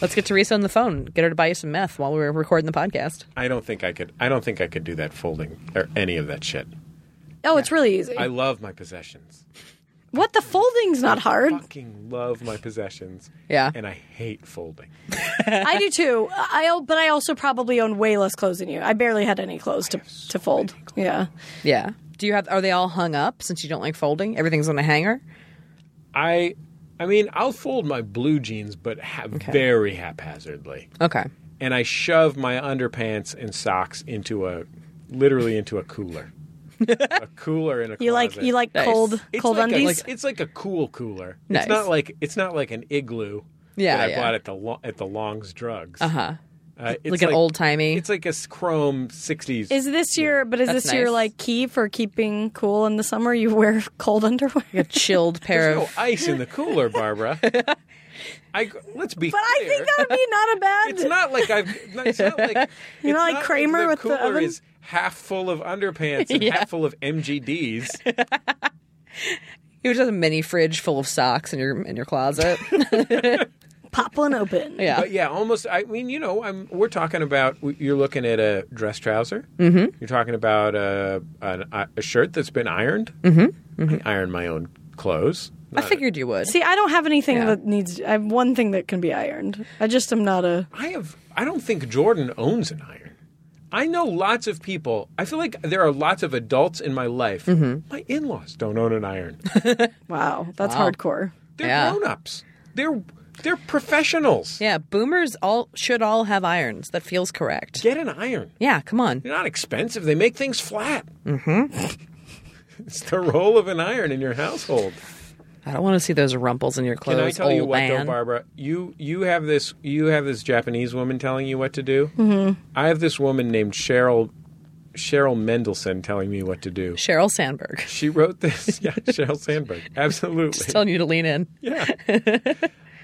Let's get Teresa on the phone. Get her to buy you some meth while we're recording the podcast. I don't think I could. I don't think I could do that folding or any of that shit. Oh, it's really easy. I love my possessions. What the folding's not hard. Fucking love my possessions. Yeah. And I hate folding. I do too. I al- but I also probably own way less clothes than you. I barely had any clothes to, to fold. Yeah. Yeah. Do you have? Are they all hung up since you don't like folding? Everything's on a hanger. I I mean, I'll fold my blue jeans, but ha- very haphazardly. Okay. And I shove my underpants and socks into a literally into a cooler. a cooler in a You like closet. you like Nice. cold It's cold like a- undies. like- it's like a cool cooler. Nice. It's not like it's not like an igloo Yeah, that I yeah. bought at the Lo- at the Long's Drugs. Uh-huh. it's Like an old-timey- It's like a s- chrome '60s. is this your but is That's this your nice. like key for keeping cool in the summer? You wear cold underwear. A chilled pair There's of. no ice in the cooler, Barbara. I let's be. But I clear. think that would be not a bad. It's not like I've. It's not like You it's know, like not Kramer the with the cooler oven? is half full of underpants and half full of MGDs. You just have a mini fridge full of socks in your in your closet. Pop one open. yeah. But yeah, almost. I mean, you know, I'm. We're talking about. You're looking at a dress trouser. Mm-hmm. You're talking about a an, a shirt that's been ironed. Mm-hmm. I iron my own clothes. I figured you would. See, I don't have anything Yeah. that needs. I have one thing that can be ironed. I just am not a. I have. I don't think Jordan owns an iron. I know lots of people. I feel like there are lots of adults in my life. Mm-hmm. My in-laws don't own an iron. Wow, that's hardcore. They're Yeah. grown-ups. They're they're professionals. yeah, boomers all should all have irons. That feels correct. Get an iron. Yeah, come on. They're not expensive. They make things flat. Mm-hmm. it's the role of an iron in your household. I don't want to see those rumples in your clothes. Can I tell old you what, man. though, Barbara? You you have this you have this Japanese woman telling you what to do. Mm-hmm. I have this woman named Cheryl Cheryl Mendelson telling me what to do. Cheryl Sandberg. She wrote this. Yeah, Cheryl Sandberg. Absolutely. Just telling you to lean in. yeah.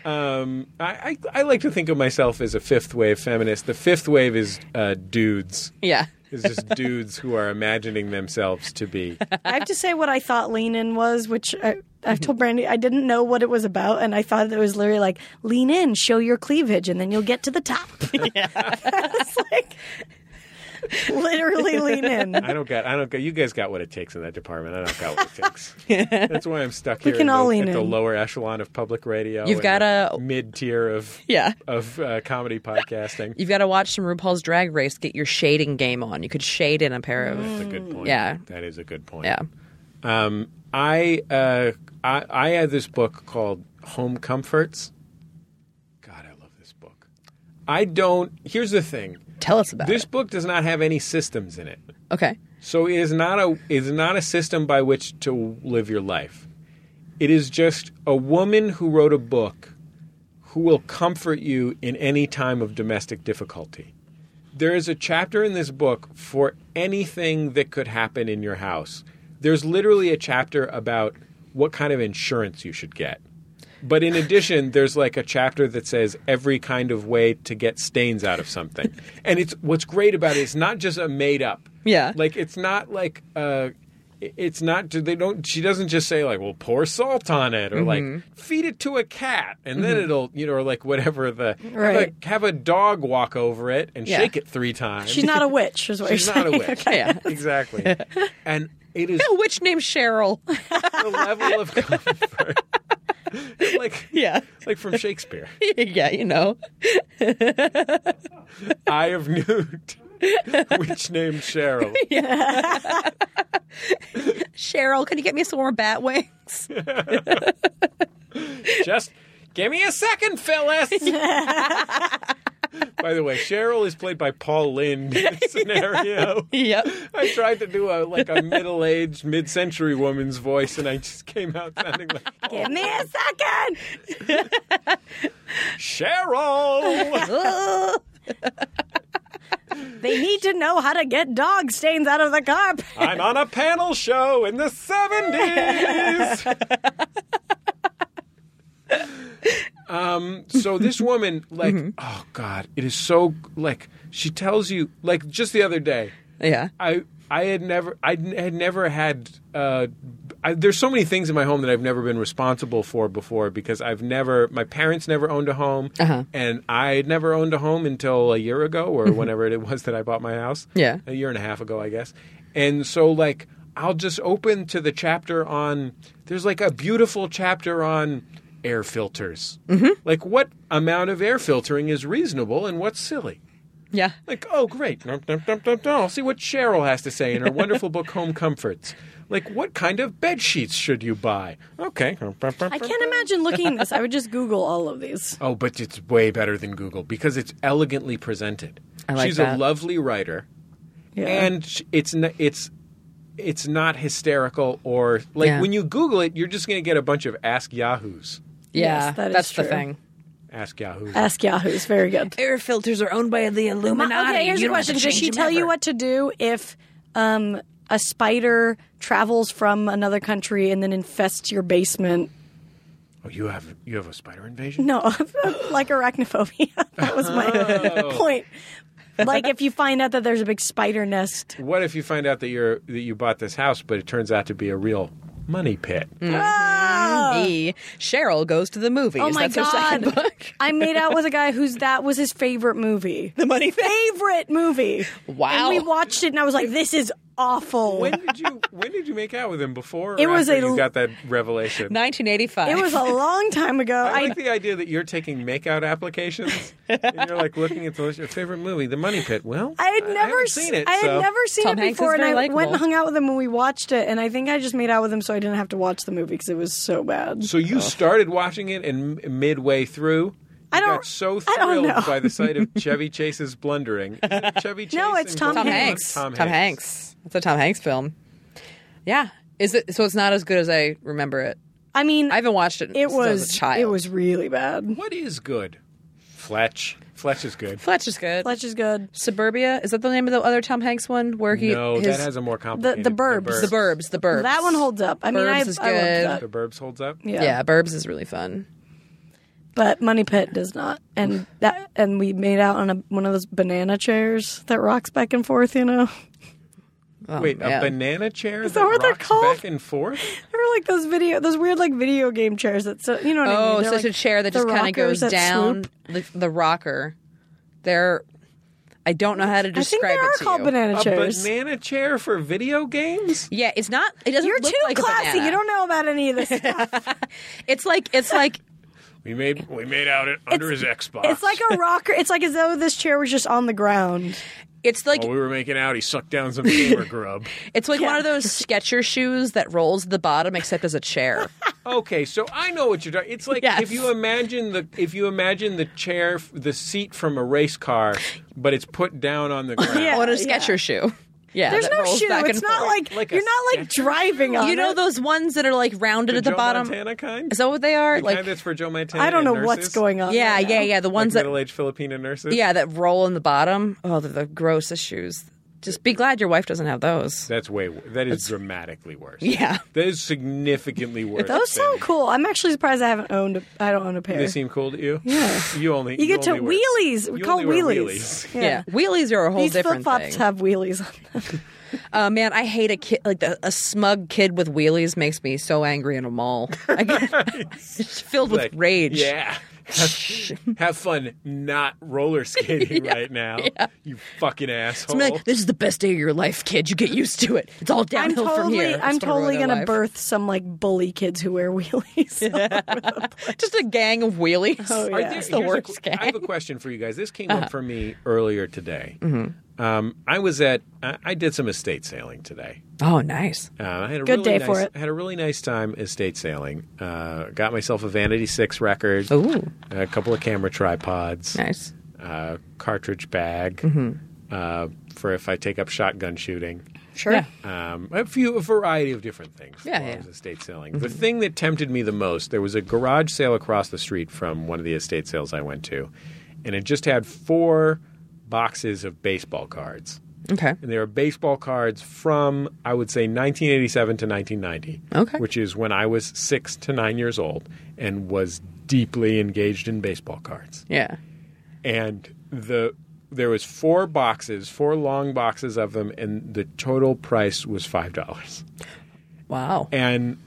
Um, I, I I like to think of myself as a fifth wave feminist. The fifth wave is uh, dudes. Yeah. It's just dudes who are imagining themselves to be. I have to say what I thought lean in was, which I, I've Mm-hmm. told Brandy I didn't know what it was about, and I thought it was literally like lean in, show your cleavage, and then you'll get to the top. Yeah, it's like literally lean in. I don't got. I don't got. You guys got what it takes in that department. I don't got what it takes. That's why I'm stuck here. We can in all the, lean at the in. lower echelon of public radio. You've and gotta- the mid tier of Yeah. of uh, comedy podcasting. You've got to watch some RuPaul's Drag Race. Get your shading game on. You could shade in a pair of. That's a good point. Yeah. that is a good point. Yeah. Um, I, uh, I I had this book called Home Comforts. God, I love this book. I don't. Here's the thing. Tell us about This it. book does not have any systems in it, Okay. so it is not a it is not a system by which to live your life. It is just a woman who wrote a book who will comfort you in any time of domestic difficulty. There is a chapter in this book for anything that could happen in your house. There's literally a chapter about what kind of insurance you should get. But in addition, there's like a chapter that says every kind of way to get stains out of something. And it's what's great about it is not just a made up. Yeah. Like it's not like uh it- it's not they don't she doesn't just say like well pour salt on it or Mm-hmm. like feed it to a cat and then it'll you know or like whatever the have a- Right. have a dog walk over it and Yeah. shake it three times. She's not a witch, is what She's you're not a saying. witch. Yeah. Exactly. and it is A witch named Cheryl. the level of comfort. like Yeah. like from Shakespeare. yeah, you know. Eye of Newt. Which named Cheryl. Cheryl, can you get me some more bat wings? Just give me a second, Phyllis. by the way, Cheryl is played by Paul Lynn in this scenario. yep. I tried to do a like a middle-aged, mid-century woman's voice, and I just came out sounding like "Oh, Give me a second. Cheryl. They need to know how to get dog stains out of the carpet. I'm on a panel show in the '70s. um. So this woman, like, oh god, it is so like she tells you like just the other day. Yeah. I I had never I n- had never had uh, I, there's so many things in my home that I've never been responsible for before because I've never my parents never owned a home Uh-huh. Mm-hmm. and I had never owned a home until a year ago or whenever it was that I bought my house Yeah. a year and a half ago I guess and so like I'll just open to the chapter on. There's like a beautiful chapter on air filters. Mm-hmm. Like what amount of air filtering is reasonable and what's silly. Yeah. Like, oh, great. Nom, nom, nom, nom, nom. I'll see what Cheryl has to say in her wonderful book, Home Comforts. Like, what kind of bed sheets should you buy? Okay. I can't imagine looking at this. I would just Google all of these. Oh, but it's way better than Google because it's elegantly presented. I like She's a that. lovely writer, and sh- it's n- it's it's not hysterical or like Yeah. when you Google it, you're just going to get a bunch of Ask Yahoos. Yeah. Yes, that is that's the true. thing. Ask Yahoo. Uh, Ask Yahoo's very good. Air filters are owned by the Illuminati. okay, here's a question. Does she tell you what to do if um, a spider travels from another country and then infests your basement? Oh, you have you have a spider invasion. No, like arachnophobia. that was my point. Like if you find out that there's a big spider nest. What if you find out that you're that you bought this house, but it turns out to be a real money pit? E. Cheryl goes to the movies. Ah! Uh. Oh my That's her second God. book. I made out with a guy whose that was his favorite movie. The Money Pit? favorite movie. And Wow. we watched it and I was like, this is awful. When did you when did you make out with him before? Or It was after a you l- got that revelation. 1985. it was a long time ago. I I, like the idea that you're taking makeout applications and you're like looking at the list, your favorite movie, The Money Pit. Well, I had never haven't s- seen it. I had so- never seen Tom it Hanks before, is and I very went likable. and hung out with him when we watched it. And I think I just made out with him, so I didn't have to watch the movie because it was so bad. So you Oh. started watching it and m- midway through. I you don't- got so I don't thrilled know. by the sight of Chevy Chase's blundering. Is it Chevy Chase No, it's and Tom Tom Goldie Hanks. Hawn? Tom Hanks. It's a Tom Hanks film. Yeah. Is it so it's not as good as I remember it. I mean, I haven't watched it, it since I was was a child. it was really bad. What is good? Fletch. Fletch is good. Fletcher's good. Fletch is good. Suburbia. Is that the name of the other Tom Hanks one where he no, his, that has a more The complicated. the burbs, the burbs, the burbs. That one holds up. I mean, Burbs I, is I loved good. that. The burbs holds up. Yeah. Yeah. burbs is really fun. but Money Pit does not. Mm. And that and we made out on a, one of those banana chairs that rocks back and forth. You know, Oh, Wait, a man. banana chair that what they're rocks called? back and forth. they were like those video, those weird like video game chairs that so you know. What I Oh, mean? so They're it's like a chair that the just kind of rockers goes that down swoop. the, the rocker. They're I don't know how to I think they describe are it to called you. banana A chairs. banana chair for video games. Yeah, it's not. It doesn't. You're look too like a classy. banana. You don't know about any of this stuff. It's like it's like We made we made out it under his Xbox. it's like a rocker. It's like as though this chair was just on the ground. it's like While we were making out, he sucked down some gamer grub. It's like one of those Sketcher shoes that rolls to the bottom, except as a chair. Okay, so I know what you're talking. It's like Yes. if you imagine the if you imagine the chair, the seat from a race car, but it's put down on the ground. Yeah. What a Sketcher shoe. Yeah, There's that no rolls shoe. back and It's not forth. like, Like a you're not like sketch. driving on you know it. those ones that are like rounded The at the Joe bottom. Montana kind. Is that what they are? the like, kind that's for Joe Montana. I don't know and what's nurses? going on. yeah, right yeah, now. yeah. The Like ones that middle-aged Filipino nurses. yeah that roll in the bottom. Oh, they're the grossest shoes. Just be glad your wife doesn't have those. that's way. wo- That is dramatically worse. Yeah. that is significantly worse. Those than- sound cool. I'm actually surprised I haven't owned. A, I don't own a pair. They seem cool to you. Yeah, you only you get to only wear- wheelies. We you call only wear wheelies. Yeah. wheelies are a whole These flip different flops thing. have wheelies on them. Oh man, I hate a kid like the, a smug kid with wheelies makes me so angry in a mall. I get filled with Like, rage. Yeah. Have fun not roller skating right now, you fucking asshole. I'm like, this is the best day of your life, kid. You get used to it. It's all I'm downhill from totally. here. I'm That's what I wrote totally in gonna life. birth some like bully kids who wear wheelies. just a gang of wheelies. Oh, Are yeah. there- It's the here's a worst qu- I have a gang. question for you guys. This came Uh-huh. up for me earlier today. Mm-hmm. Um, I was at. I I did some estate sailing today. Oh, nice. Uh, I had a Good really day nice, for it. I had a really nice time estate sailing. Uh, got myself a Vanity Six record, Ooh, a couple of camera tripods, nice. uh, cartridge bag Mm-hmm. uh, for if I take up shotgun shooting. Sure. um, a few a variety of different things Yeah, while I yeah. Mm-hmm. was estate selling. The thing that tempted me the most, there was a garage sale across the street from one of the estate sales I went to, and it just had four boxes of baseball cards. Okay. And they were baseball cards from I would say 1987 to 1990, Okay. which is when I was 6 to 9 years old and was deeply engaged in baseball cards Yeah. and the there was four boxes, four long boxes of them, and the total price was five dollars. Wow. And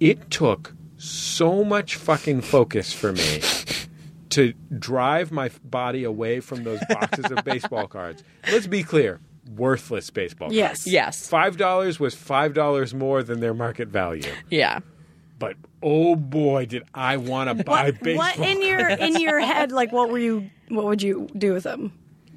it took so much fucking focus for me to drive my f- body away from those boxes of baseball cards. Let's be clear. worthless baseball cards. Yes. Yes. Five dollars was five dollars more than their market value. Yeah. But oh boy, did I want to buy What, baseball! what in your in your head? Like, what were you? What would you do with them?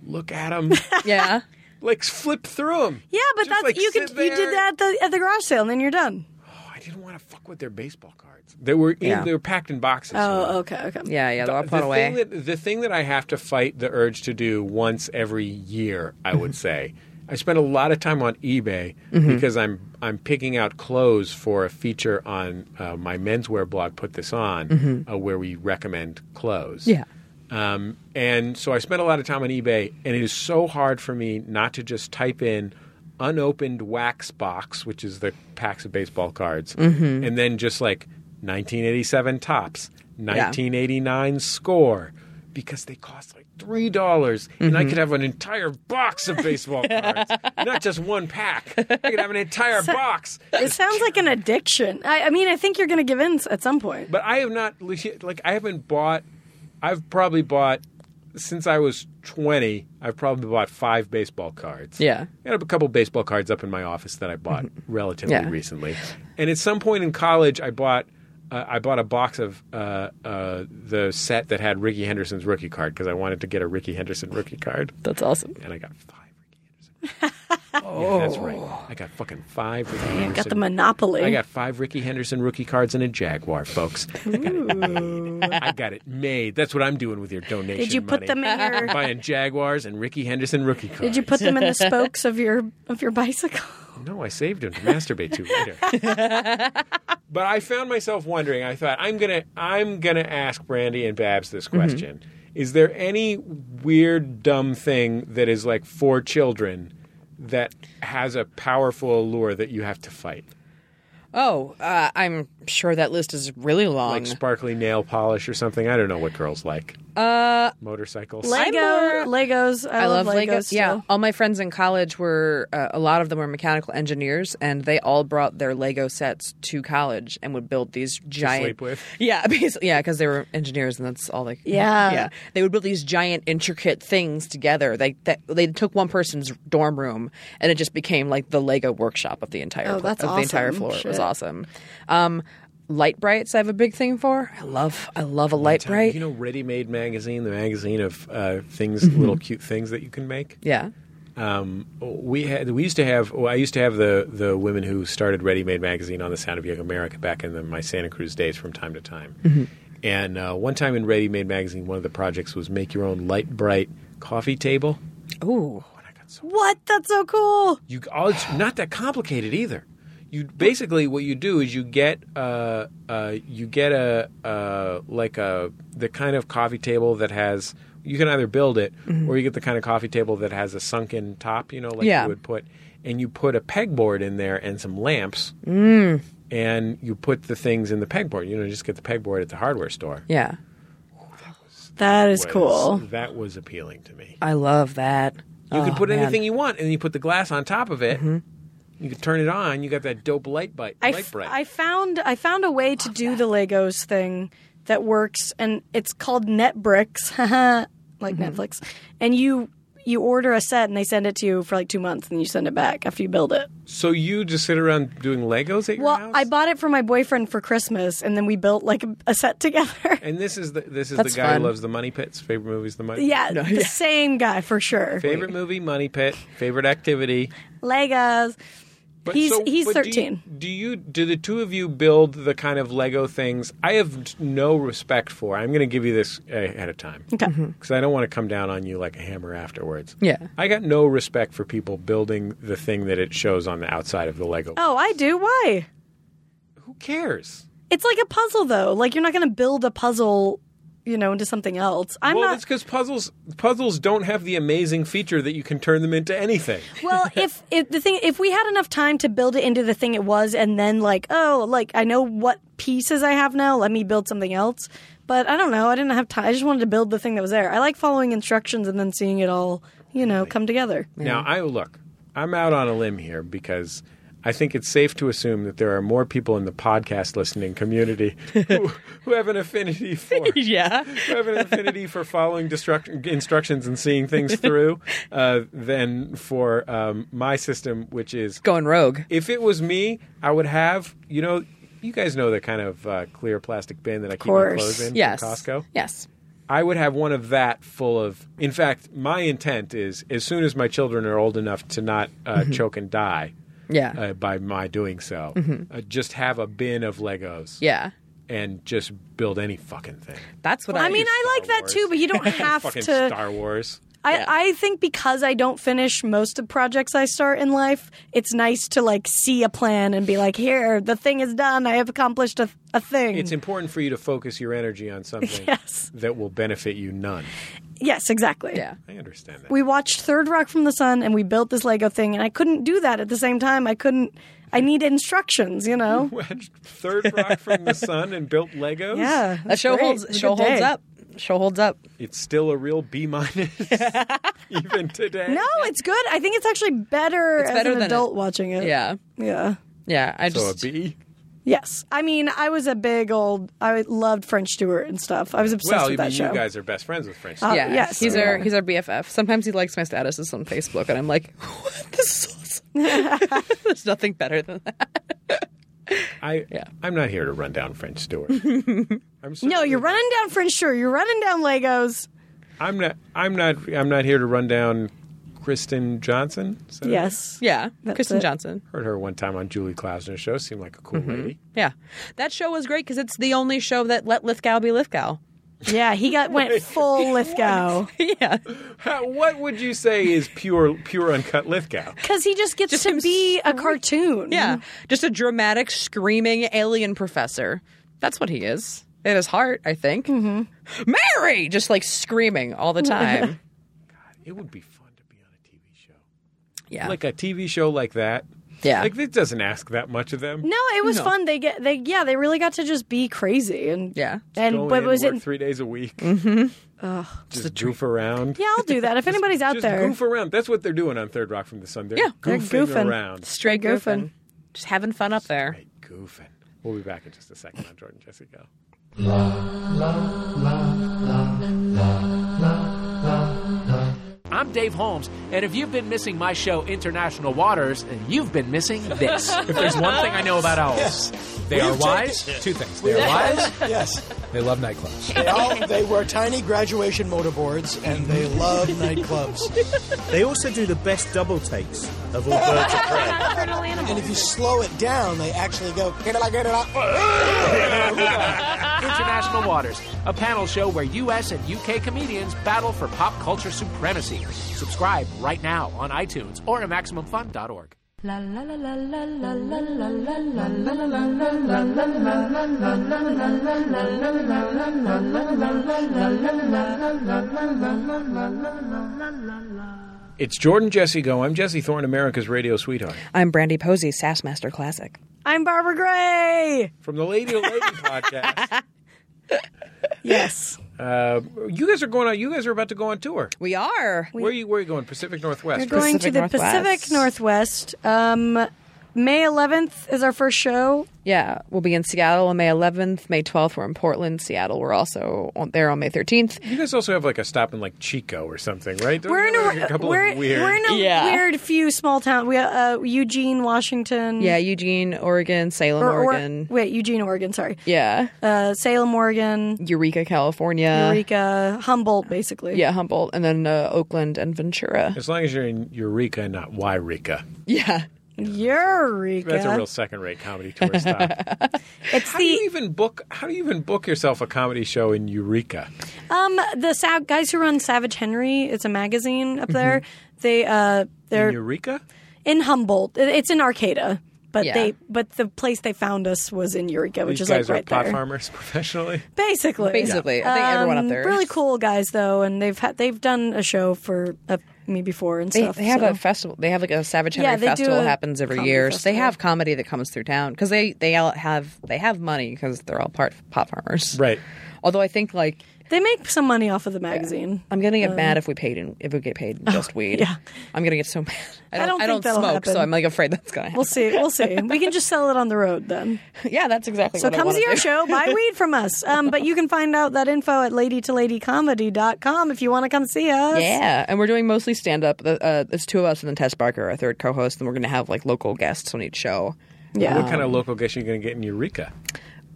Look at them, Yeah. like flip through them. Yeah, but that's you could you did that at the at the garage sale and then you're done. Oh, I didn't want to fuck with their baseball cards. They were in, Yeah. they were packed in boxes. Oh, okay, okay. Yeah. Yeah. They're all put the away. Thing that, the thing that I have to fight the urge to do once every year, I Mm-hmm. would say, I spend a lot of time on eBay because I'm I'm picking out clothes for a feature on uh, my menswear blog. Put this on uh, where we recommend clothes. Mm-hmm. yeah. Um, and so I spent a lot of time on eBay, and it is so hard for me not to just type in unopened wax box, which is the packs of baseball cards, and then just like 1987 tops, 1989 score, because they cost like $3, dollars and I could have an entire box of baseball cards, not just one pack. I could have an entire box. It sounds like an addiction. I, I mean, I think you're going to give in s- at some point. But I have not like I haven't bought. I've probably bought since I was twenty. I've probably bought five baseball cards. Yeah. I have a couple baseball cards up in my office that I bought relatively Yeah. recently. And at some point in college, I bought. Uh, I bought a box of uh, uh, the set that had Ricky Henderson's rookie card because I wanted to get a Ricky Henderson rookie card, That's awesome. and I got five Ricky Henderson. oh, that's right. I got fucking five Ricky Henderson. Got the monopoly. I got five Ricky Henderson rookie cards and a Jaguar, folks. I got, it, I got it made. That's what I'm doing with your donation. did you put money. them in your? Buying Jaguars and Ricky Henderson rookie cards. Did you put them in the spokes of your of your bicycle? No, I saved him to masturbate to later. but I found myself wondering. I thought I'm gonna I'm gonna ask Brandy and Babs Mm-hmm. this question. Is there any weird dumb thing that is like for children that has a powerful allure that you have to fight? Oh, uh, I'm sure that list is really long. like sparkly nail polish or something. I don't know what girls like. Uh, motorcycles. Lego, more- Legos. I, I love Legos. Legos. Yeah, still. all my friends in college were uh, a lot of them were mechanical engineers, and they all brought their Lego sets to college and would build these giant. sleep with. Yeah, basically, yeah, because they were engineers, and that's all they. Yeah. yeah. They would build these giant, intricate things together. They that, they took one person's dorm room, and it just became like the Lego workshop of the entire Oh, pla- that's of the entire awesome. floor. It was Shit. awesome. Um, light brights, I have a big thing for. I love, I love a light bright. You know, Ready Made magazine, the magazine of uh, things, little cute things that you can make. yeah. Um, we had, we used to have. Well, I used to have the the women who started Ready Made magazine on the Sound of Young America back in the, my Santa Cruz days from time to time. And uh, one time in Ready Made magazine, one of the projects was make your own light bright coffee table. Ooh. Oh, and I got so What? That's so cool. You all it's not that complicated either. You basically what you do is you get uh, uh, you get a uh, like a the kind of coffee table that has you can either build it or you get the kind of coffee table that has a sunken top, you know, like Yeah. you would put, and you put a pegboard in there and some lamps, and you put the things in the pegboard. You know, just get the pegboard at the hardware store. Yeah. That is Was- cool. That was appealing to me. I love that. Oh, You can put anything you want, and then you put the glass on top of it. Mm-hmm. You can turn it on. You got that dope light bite. I, light f- bright. I found I found a way to do the Legos thing that works, and it's called NetBricks, like Mm-hmm. Netflix. And you you order a set, and they send it to you for like two months, and you send it back after you build it. so you just sit around doing Legos at your Well, house? I bought it for my boyfriend for Christmas, and then we built like a, a set together. and this is the this is the That's guy fun. who loves the Money Pit's favorite movie is the Money. yeah, the same guy for sure. Favorite movie Money Pit. Favorite activity. Legos. But He's- so- he's but do you- 13. Do you, do the two of you build the kind of Lego things I have no respect for? I'm going to give you this uh, ahead of time Okay. because I don't want to come down on you like a hammer afterwards. Yeah. I got no respect for people building the thing that it shows on the outside of the Lego. Oh, I do. Why? Who cares? It's like a puzzle, though. Like you're not going to build a puzzle, you know, into something else. I'm well, not. it's because puzzles puzzles don't have the amazing feature that you can turn them into anything. well, if if the thing if we had enough time to build it into the thing it was, and then like oh, like I know what pieces I have now. Let me build something else. But I don't know. I didn't have time. I just wanted to build the thing that was there. I like following instructions and then seeing it all, you know, come together. Now, I look, I'm out on a limb here because I think it's safe to assume that there are more people in the podcast listening community who, who have an affinity for Yeah. who have an affinity for following destruct- instructions and seeing things through uh, than for um, my system, which is Going rogue. if it was me, I would have you know you guys know the kind of uh, clear plastic bin that I keep my course. clothes in Yes. from Costco. Yes. I would have one of that full of. In fact, my intent is as soon as my children are old enough to not uh, Mm-hmm. choke and die Yeah. uh, by my doing so, Mm-hmm. uh, just have a bin of Legos yeah. and just build any fucking thing. That's what I I mean, I like Star that too, Wars. but you don't have fucking to. Star Wars. I, I think because I don't finish most of projects I start in life, it's nice to like see a plan and be like, here, the thing is done. I have accomplished a, a thing. It's important for you to focus your energy on something Yes. that will benefit you none. yes, exactly. Yeah. I understand that. We watched Third Rock from the Sun and we built this Lego thing, and I couldn't do that at the same time. I couldn't. I need instructions, you know. Wedged third rock from the sun and built Legos. Yeah, That that's show great. It holds was a show good holds day. up. Show holds up. It's still a real B minus even today. No, it's good. I think it's actually better It's as better an than it- adult watching it. Yeah. yeah, Yeah. I So a just B. yes. I mean, I was a big old. I loved French Stewart and stuff. I was obsessed Well, I with mean, that you show. guys are best friends with French. Uh, yeah. yes. He's our Yeah. he's our BFF. Sometimes he likes my statuses on Facebook and I'm like, what? This is awesome. There's nothing better than that. I, I'm not here to run down French Stewart. I'm No, certainly- you're running down French Stewart. You're running down Legos. I'm not. I'm not. I'm not here to run down Kristen Johnson. Is that her name? Yes. Yeah. That's Kristen it. Johnson. heard her one time on Julie Klausner's show. Seemed like a cool Mm-hmm. lady. Yeah. That show was great because it's the only show that let Lithgow be Lithgow. Yeah, he got went full Lithgow yeah. How- what would you say is pure, pure uncut Lithgow? because he just gets to him be a cartoon. Yeah. Just a dramatic, screaming alien professor. That's what he is. At his heart, I think. Mm-hmm. Mary! Just like screaming all the time. It would be fun to be on a TV show, yeah. like a TV show like that. yeah. Like it doesn't ask that much of them. No, it was No. fun. They get they yeah they really got to just be crazy and yeah. Go and but in, was work it Mm-hmm. three days a week. Just, goof around. yeah I'll do that if anybody's out Just there. goof around. That's what they're doing on Third Rock from the Sun. They're Yeah. They're goofing, goofing. around. Straight Goofing. goofing. Just having fun up there. Right, goofing. We'll be back in just a second on Jordan Jesse Go. I'm Dave Holmes, and if you've been missing my show, International Waters, then you've been missing this. if there's one thing I know about owls, they are wise. Two things. They are wise. Yes. They love nightclubs. They, all, they wear tiny graduation motorboards and they love nightclubs. They also do the best double takes of all birds of prey. And if you slow it down, they actually go. International Waters, a panel show where U.S. and U.K. comedians battle for pop culture supremacy. Subscribe right now on iTunes or at MaximumFun.org. La la la la la la la la la la la la la la la It's Jordan Jesse Go. I'm Jesse Thorne, America's radio sweetheart. I'm Brandy Posey, Sassmaster Classic. I'm Barbara Gray. From the Lady to Lady podcast. Uh, Yes, You guys are going on you guys are about to go on tour. We are. where are you where are you going? Pacific Northwest. we're going to Pacific the Northwest. Pacific Northwest. Um, May 11th is our first show. Yeah, we'll be in Seattle on May 11th. May 12th, we're in Portland, Seattle. We're also on, there on May 13th. you guys also have like a stop in like Chico or something, right? Don't you We're in have, a, like, a couple we're, of weird we're in a Yeah. weird few small town. We uh, Eugene, Washington. Yeah, Eugene, Oregon, Salem, Or- or- Oregon. wait, Eugene, Oregon. Sorry. yeah, Uh, Salem, Oregon. Eureka, California. Eureka, Humboldt, basically. Yeah, Humboldt, and then uh, Oakland and Ventura. as long as you're in Eureka and not Yreka. Yeah, Eureka. That's a real second rate comedy tour stop. It's how do you the even book how do you even book yourself a comedy show in Eureka? um the Sav- guys who run Savage Henry. It's a magazine up there. They uh In they're in, Eureka? Humboldt. It- It's in Arcata, but Yeah. they but the place they found us was in Eureka, which These is guys are like right pot there. farmers professionally. Basically, basically. I think everyone up Um, there. really is. cool guys though, and they've had they've done a show for uh, me before and They, stuff. they have so. a festival. They have like a Savage Henry Yeah, they do festival a happens every comedy year. So they festival. have comedy that comes through town because they they all have they have money because they're all part pot farmers. Right. Although I think like They make some money off of the magazine. I'm gonna get mad if we paid in, if we get paid in just weed. Uh, oh, yeah. I'm gonna get so mad. I don't. I don't don't, think that'll smoke, so happen. I'm like afraid that's gonna happen. We'll see. We'll see. We can just sell it on the road then. yeah, that's exactly. So what I come wanna see our do. show, buy weed from us. Um, but you can find out that info at ladytoladycomedy.com if you want to come see us. Yeah, and we're doing mostly stand up. Uh, it's two of us and then Tess Barker, our third co host, and we're going to have like local guests on each show Yeah. What kind of local guest are you going to get in Eureka?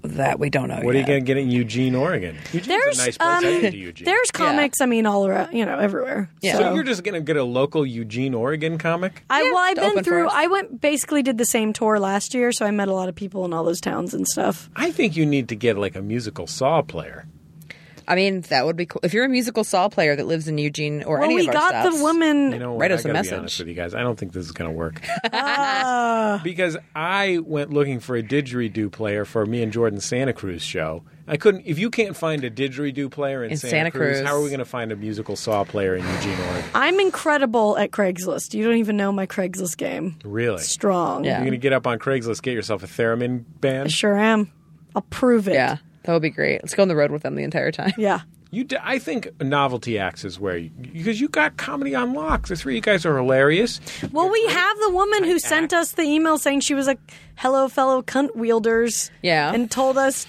that we don't know. What are you yet. going to get in Eugene, Oregon? Eugene's oh, There's a nice place. um, I've been to Eugene. there's comics. I mean, all around, you know, everywhere. Yeah. so you're just going to get a local Eugene, Oregon comic? I well, I've to been open for through. us. I went basically did the same tour last year, so I met a lot of people in all those towns and stuff. I think you need to get like a musical saw player. I mean, that would be cool. If you're a musical saw player that lives in Eugene or Well, any we of our got stops- the woman. You know, what? Write I us a gotta Be message. honest with you guys, I don't think this is going to work Ah. because I went looking for a didgeridoo player for me and Jordan's Santa Cruz show. I couldn't. If you can't find a didgeridoo player in, In Santa, Santa Cruz, Cruz. how are we going to find a musical saw player in Eugene, Oregon? I'm incredible at Craigslist. You don't even know my Craigslist game. Really? Strong. Yeah. You're going to get up on Craigslist, get yourself a theremin I band. sure am. I'll prove it. Yeah, that would be great. Let's go on the road with them the entire time. Yeah. You, d I I think novelty acts is where you because you got comedy on lock. The three of you guys are hilarious. Well, we have the woman who sent us the email saying she was like, "Hello, fellow cunt wielders." Yeah. and told us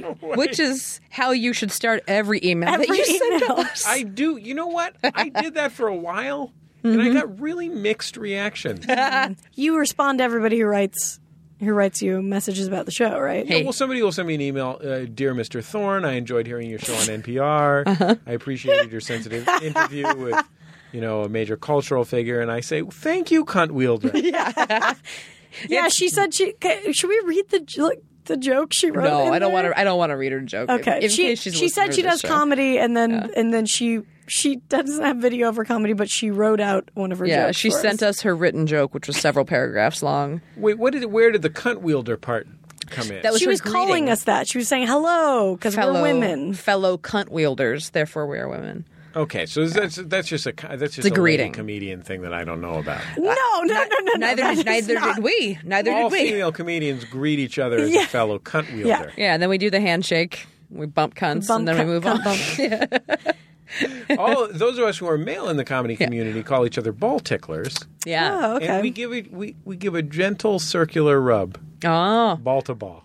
Which is how you should start every email every that you send email. us. I do. You know what? I did that for a while, and Mm-hmm. I got really mixed reactions. You respond to everybody who writes who writes you messages about the show, right? Well, somebody will send me an email, uh, dear Mr. Thorne. I enjoyed hearing your show on NPR. Uh-huh. I appreciated your sensitive interview with, you know, a major cultural figure. And I say, thank you, cunt wielder. Yeah, she said she. Okay, should we read the j- like, the joke she wrote? no, in I don't want there? to. I don't want to read her joke. Okay, In- in she case she's a she listener said to she this does show. comedy, and then and then she she doesn't have video of her comedy, but she wrote out one of her. Yeah, jokes she for sent us her written joke, which was several paragraphs long. Wait, what did? Where did the cunt wielder part come in? That was She her was calling greeting. us that. She was saying hello because we're fellow women. fellow cunt wielders. Therefore, we are women. okay, so that's that's just a co- that's just a, a lady greeting. comedian thing that I don't know about. No, no, no, no, no. neither that is did, neither not- did we. Neither All did we. female comedians greet each other as a fellow cunt wielder. Yeah, and then we do the handshake. We bump cunts, Bump and then cunt- we move on. Bump. Yeah. All those of us who are male in the comedy community call each other ball ticklers, yeah. Oh, okay. and we give it we, we give a gentle circular rub, Oh, ball to ball.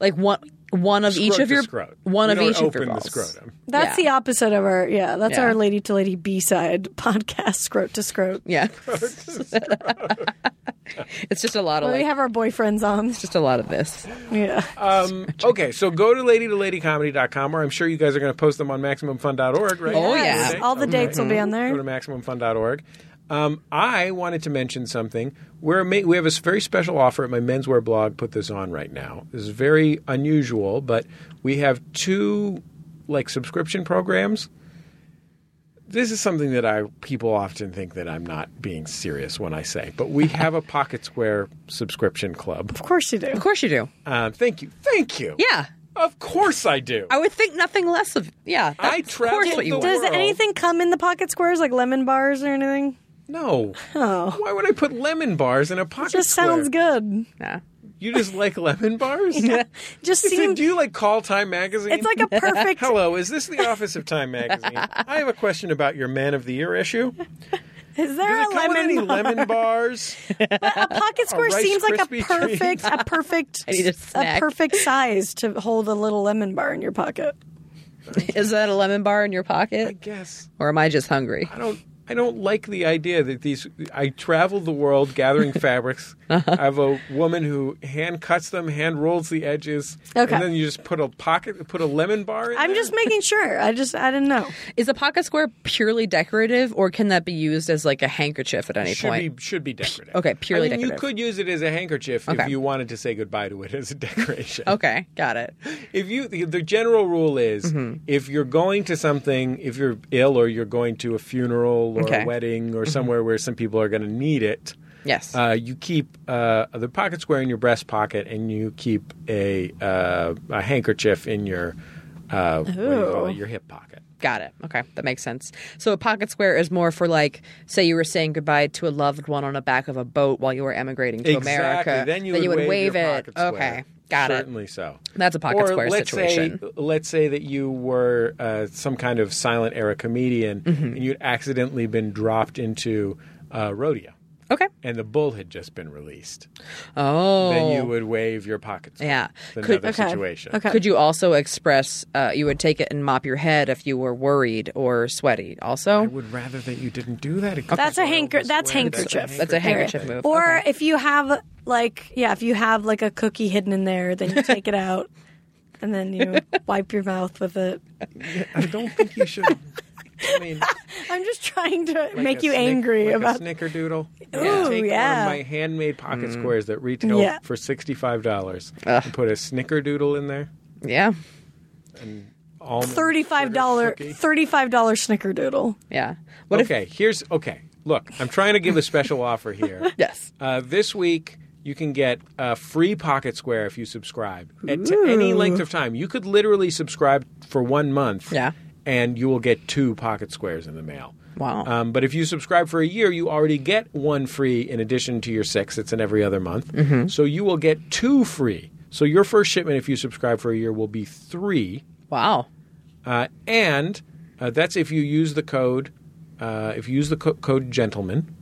like one one of each Scrot of to your scrot. one We of don't each of your open balls. the scrotum. That's Yeah. the opposite of our yeah. That's Yeah. our lady to lady B side podcast, scrote to scrote. Yeah, it's just a lot of Well, like, we have our boyfriends on. just a lot of this. Yeah. Um, okay, so go to ladytoladycomedy.com, or I'm sure you guys are going to post them on MaximumFun.org, right? Oh, Yes. yeah. All the dates will be on Go to there. MaximumFun.org. Um, I wanted to mention something. We're ma- we have a s- very special offer at my menswear blog. Put this on right now. This is very unusual, but we have two like subscription programs. This is something that I people often think that I'm not being serious when I say, but we have a Pocket Square subscription club. Of course you do. Of course you do. Um, thank you, thank you. Yeah, Of course I do. I would think nothing less of. Yeah, I that's of course traveled what you the want. Does world. anything come in the pocket squares like lemon bars or anything? No. Why would I put lemon bars in a pocket Oh. Just square? sounds good. Yeah. You just like lemon bars? Just Is it- seems do you like call Time Magazine? it's like a perfect Hello, is this the office of Time Magazine? I have a question about your Man of the Year issue. Does Is there it a come with any Ah, lemon? bar? lemon bars? But a pocket square Rice seems like a Krispie perfect a perfect need a snack. perfect size to hold a little lemon bar in your pocket. Is that a lemon bar in your I pocket, guess. or am I just hungry? I don't. I don't like the idea that these. I travel the world gathering fabrics. Uh-huh. I have a woman who hand cuts them, hand rolls the edges, Okay. and then you just put a pocket, put a lemon bar. in I'm there? just making sure. I just I didn't know. Is a pocket square purely decorative, or can that be used as like a handkerchief at any should point? be should be decorative. okay, purely I mean, You decorative. could use it as a handkerchief if Okay. you wanted to say goodbye to it as a decoration. Okay, got it. If you the, the general rule is Mm-hmm. if you're going to something, if you're ill or you're going to a funeral or Okay. Mm-hmm. a wedding or somewhere where some people are going to need it, Yes. uh, you keep uh, the pocket square in your breast pocket and you keep a uh, a handkerchief in your uh, what do you call Oh. it? your hip pocket. Got it. Okay, that makes sense. So a pocket square is more for like, say you were saying goodbye to a loved one on the back of a boat while you were emigrating to exactly. America. Then you would, wave, your it. pocket square. Okay, got Certainly it. so. That's a pocket or square let's situation. Say, let's say that you were uh, some kind of silent era comedian Mm-hmm. and you'd accidentally been dropped into uh, rodeo Okay. and the bull had just been released. Oh. Then you would wave your pocket square. Yeah. It's Could- another okay. situation. Okay. Could you also express? Uh, you would take it and mop your head if you were worried or sweaty. I Also, would rather that you didn't do that. It could That's a be hanker. horrible That's square. handkerchief. That's a handkerchief move. Or Okay. if you have like yeah, if you have like a cookie hidden in there, then you take it out and then you wipe your mouth with it. I don't think you should. I mean, I'm just trying to like make a you snick- angry like about a snickerdoodle. Mm. Ooh, Take yeah. one of my handmade pocket squares that retail Yeah. for sixty-five dollars. and Put a snickerdoodle in there. yeah, Almond thirty-five dollar sugar cookie. thirty-five dollar snickerdoodle. yeah. What if? okay, here's okay. Look, I'm trying to give a special offer here. Yes. Uh, this week you can get a free pocket square if you subscribe at to any length of time. You could literally subscribe for one month. Yeah. And you will get two pocket squares in the mail. Wow. Um, but if you subscribe for a year, you already get one free in addition to your six. It's in every other month. Mm-hmm. So you will get two free. So your first shipment, if you subscribe for a year, will be three. Wow. Uh, and uh, that's if you use the code, uh, if you use the co- code gentleman.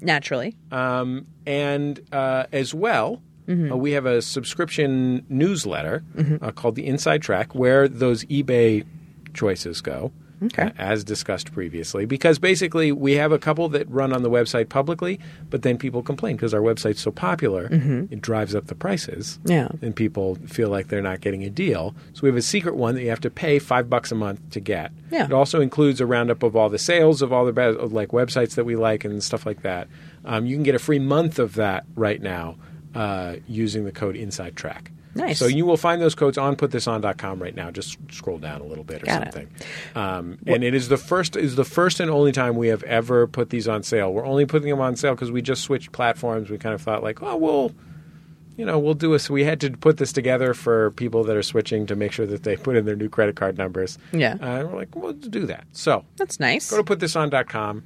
Naturally. Um, and uh, as well, uh, we have a subscription newsletter uh, called the Inside Track where those eBay choices go. Okay. uh, as discussed previously, because basically we have a couple that run on the website publicly, but then people complain because our website's so popular, it drives up the prices. Mm-hmm. Yeah. And people feel like they're not getting a deal. So we have a secret one that you have to pay five bucks a month to get. Yeah. It also includes a roundup of all the sales of all the best, of, like websites that we like and stuff like that. Um, you can get a free month of that right now uh, using the code Inside Track. Nice. So you will find those codes on putthison.com right now. Just scroll down a little bit or Got it. something. Um, and it is the first is the first and only time we have ever put these on sale. We're only putting them on sale because we just switched platforms. We kind of thought like, oh, we'll you know, we'll do a. So we had to put this together for people that are switching to make sure that they put in their new credit card numbers. Yeah. Uh, and we're like, we'll do that. So That's nice. go to putthison.com.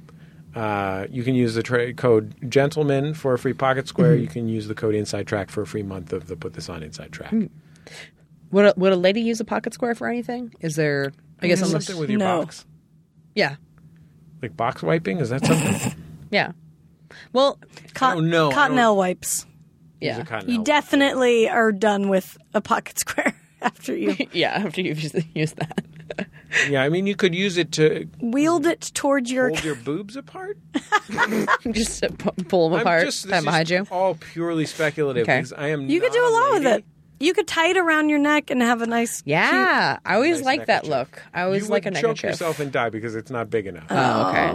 Uh, you can use the tra- code gentleman for a free pocket square. Mm-hmm. You can use the code inside track for a free month of the put this on inside track. Mm-hmm. would a, would a lady use a pocket square for anything? Is there? I guess Is unless, Mm-hmm. something with your No. box, yeah, like box wiping, is that something? yeah. Well, Cot- don't know. I Cottonelle don't- wipes. yeah, Cotton You elbow. definitely are done with a pocket square after you yeah. After you've used, used that, Yeah, I mean, you could use it to wield it towards your. hold your boobs apart. just to pu- pull them I'm apart. just- this that is behind you. all purely speculative. Okay. because I am. you could do a not lot with lady. it. You could tie it around your neck and have a nice. Yeah, I always Nice like that neckerchief. look. I always you like a would neckerchief. choke yourself and die because it's not big enough. oh, okay.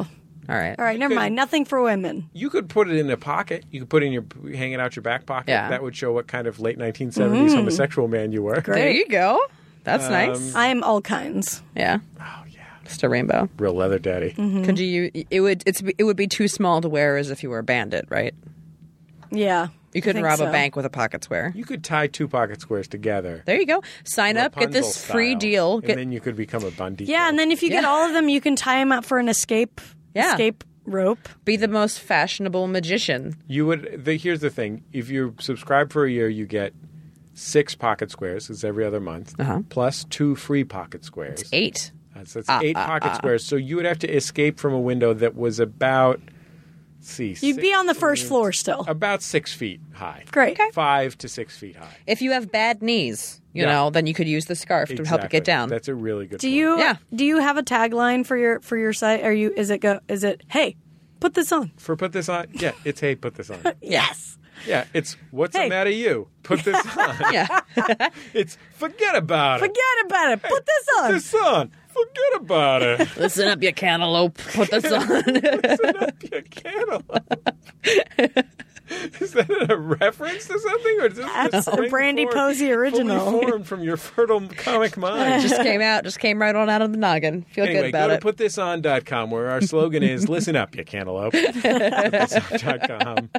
All right. All right, never mind. Nothing for women. you could put it in a pocket. You could put it in your hanging out your back pocket. Yeah. Mm. That would show what kind of late 1970s homosexual man you were. There you go. That's nice. I am all kinds. Yeah. Um, Oh yeah, Just a rainbow. real leather daddy. Mm-hmm. Could you? It would. It's. It would be too small to wear as if you were a bandit, right? Yeah. You couldn't think rob a so. bank with a pocket square. You could tie two pocket squares together. There you go. Sign up. Get Rapunzel this free style, deal. and Get then you could become a bandito. Yeah, and then if you get Yeah. all of them, you can tie them up for an escape. Yeah. Escape rope. be the most fashionable magician. you would. The, here's the thing: if you subscribe for a year, you get six pocket squares. It's every other month, plus two free pocket squares. Uh-huh. Eight. Ah, Uh, so it's eight pocket squares. So you would have to escape from a window that was about, let's see, You'd be on the first floor still. about six feet high. Great. Okay. Five to six feet high. If you have bad knees, you Yeah. know, then you could use the scarf to help it Exactly. get down. That's a really good. Do you Yeah. do you have a tagline for your for your site? Are you is it go is it hey, put this on. for put this on? Yeah, it's hey, put this on. yes. Yeah, it's what's Hey. the matter you? Put this on. Yeah. It's forget about Forget about it. Put this it. on. This on. Forget about it. Listen up, you cantaloupe. Put this on. Listen up, you cantaloupe. Is that a reference to something, or is this That's just a Brandy formed- Posey original. fully formed from your fertile comic mind? just came out. Just came right on out of the noggin. Feel good Anyway, about go to it. putthison.com where our slogan is listen up, you cantaloupe. putthison.com.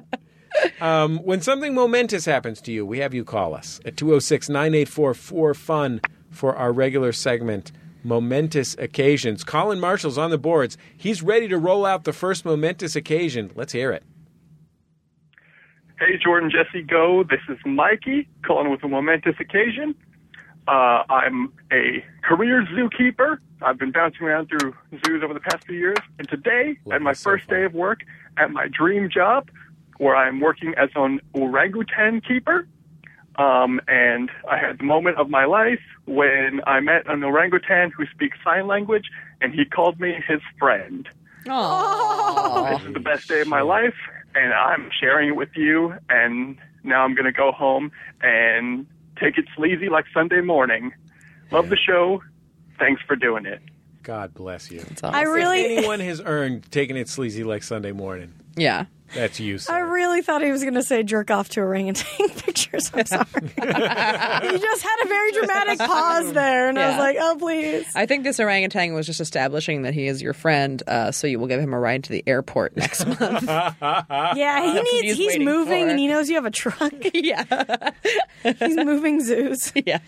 Um, oh when something momentous happens to you, we have you call us at 206 984 4FUN for our regular segment, Momentous Occasions. Colin Marshall's on the boards. He's ready to roll out the first momentous occasion. Let's hear it. Hey, Jordan, Jesse, go. This is Mikey calling with a momentous occasion. Uh, I'm a career zookeeper. I've been bouncing around through zoos over the past few years. And today, Love at my this so first far. day of work at my dream job, where I'm working as an orangutan keeper, um, and I had the moment of my life when I met an orangutan who speaks sign language, and he called me his friend. This is the best day of my life, and I'm sharing it with you. And now I'm going to go home and take it sleazy like Sunday morning. Love the show. Thanks for doing it. God bless you. I really, Anyone has earned taking it sleazy like Sunday morning. Yeah. That's you. I Sir. really thought he was going to say jerk off to orangutan pictures. I'm sorry. you just had a very dramatic pause there, and I was Yeah. like, oh please. I think this orangutan was just establishing that he is your friend, uh, so you will give him a ride to the airport next month. Yeah, he what needs. he's He's waiting moving, for. and he knows you have a truck. yeah. He's moving zoos. Yeah.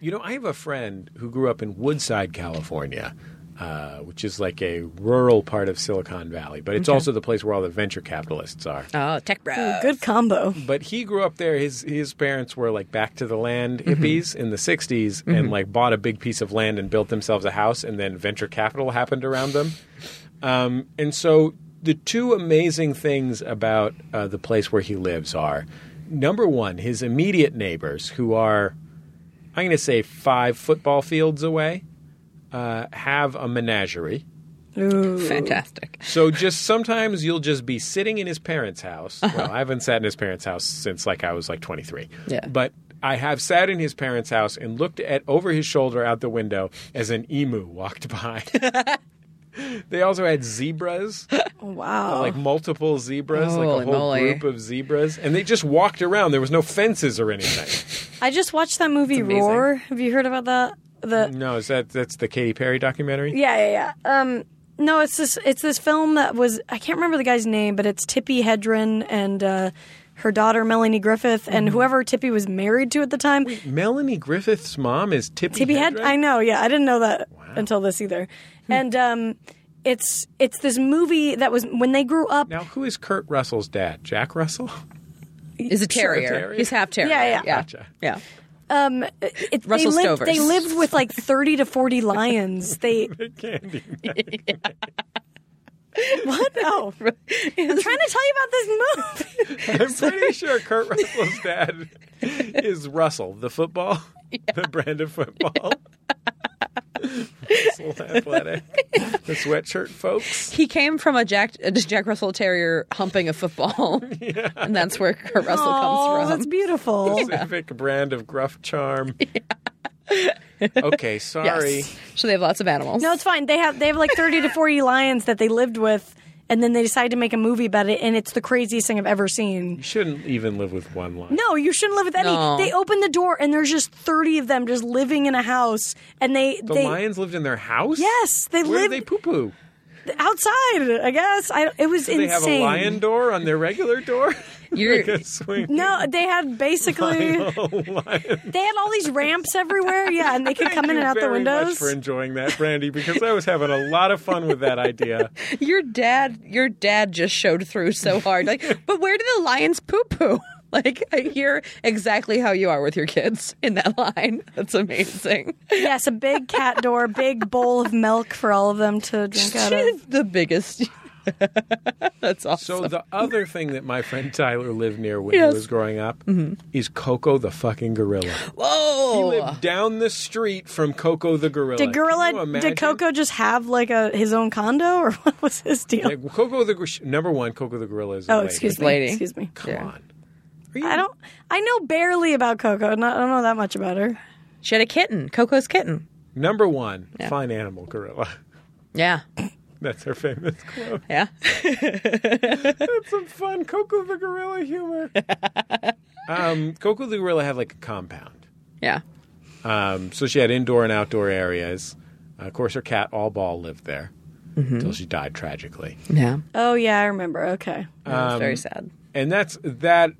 You know, I have a friend who grew up in Woodside, California, uh, which is like a rural part of Silicon Valley, but it's also the place where all the venture capitalists are. Oh, tech bro. Good combo. but he grew up there. His his parents were like back to the land hippies in the '60s, and like bought a big piece of land and built themselves a house, and then venture capital happened around them. Um, and so the two amazing things about uh, the place where he lives are number one, his immediate neighbors, who are I'm going to say five football fields away, uh, have a menagerie. Fantastic. So just sometimes you'll just be sitting in his parents' house. Well, I haven't sat in his parents' house since like I was like 23. Yeah. But I have sat in his parents' house and looked at over his shoulder out the window as an emu walked by. they also had zebras, Oh, Wow. like multiple zebras, like Holy a whole moly. group of zebras, and they just walked around. There was no fences or anything. I just watched that movie amazing. Roar. Have you heard about that? The no, is that that's the Katy Perry documentary? yeah, yeah, yeah. Um, no, it's this. It's this film that was. I can't remember the guy's name, but it's Tippi Hedren and uh, her daughter Melanie Griffith Mm-hmm. and whoever Tippi was married to at the time. Melanie Griffith's mom is Tippy, Tippy Head. Hedren? I know. Yeah, I didn't know that until this either. Hmm. And um, it's it's this movie that was when they grew up. Now, who is Kurt Russell's dad? Jack Russell? He's a terrier. terrier. He's half terrier. Yeah, yeah. Yeah. Gotcha. Yeah. Um, It, they Russell lived, Stover's. They lived with like thirty to forty lions. They Candy. what? No, I'm trying to tell you about this movie. I'm pretty sure Kurt Russell's dad is Russell, the football, the brand of football. Russell Athletic, the sweatshirt folks. He came from a Jack a Jack Russell Terrier humping a football, and that's where Kurt Russell Oh, comes that's from. beautiful. Pacific brand of gruff charm. Okay, sorry. Yes. So they have lots of animals. No, it's fine. They have they have like thirty to forty lions that they lived with, and then they decided to make a movie about it, and it's the craziest thing I've ever seen. You shouldn't even live with one line. No, you shouldn't live with any. No. They open the door, and there's just thirty of them just living in a house, and they The they lions lived in their house? Yes, they Where lived- did they poo poo? outside. I guess I, it was They insane. have a lion door on their regular door? You're, Swing. No, they had basically they had all these ramps everywhere. Yeah, and they could come in and out the Very much windows. for enjoying that, Brandy, because I was having a lot of fun with that idea. your dad, your dad just showed through so hard. Like, but where do the lions poo poo? Like, I hear exactly how you are with your kids in that line. That's amazing. yes, a big cat door, big bowl of milk for all of them to drink out of. the biggest. That's awesome. So the other thing that my friend Tyler lived near when he Yes. was growing up Mm-hmm. is Coco the fucking gorilla. He Whoa. lived down the street from Coco the gorilla. Can Did you Oh. Gorilla? imagine? Did Coco just have like a his own condo, or what was his deal? Like, Coco the gor- number one. Coco the gorilla is. a oh, lady. excuse me. Lady. Excuse me. Come on. Are you- I don't. I know barely about Coco. Not, I don't know that much about her. She had a kitten, Coco's kitten. Number one, fine animal gorilla. Yeah. That's her famous quote. Yeah. That's some fun Coco the gorilla humor. um, Coco the gorilla had like a compound. Yeah. Um, so she had indoor and outdoor areas. Uh, of course, her cat All Ball lived there Mm-hmm. until she died tragically. Yeah. Oh yeah, I remember. Okay. That was very sad. Mm-hmm. And that's that.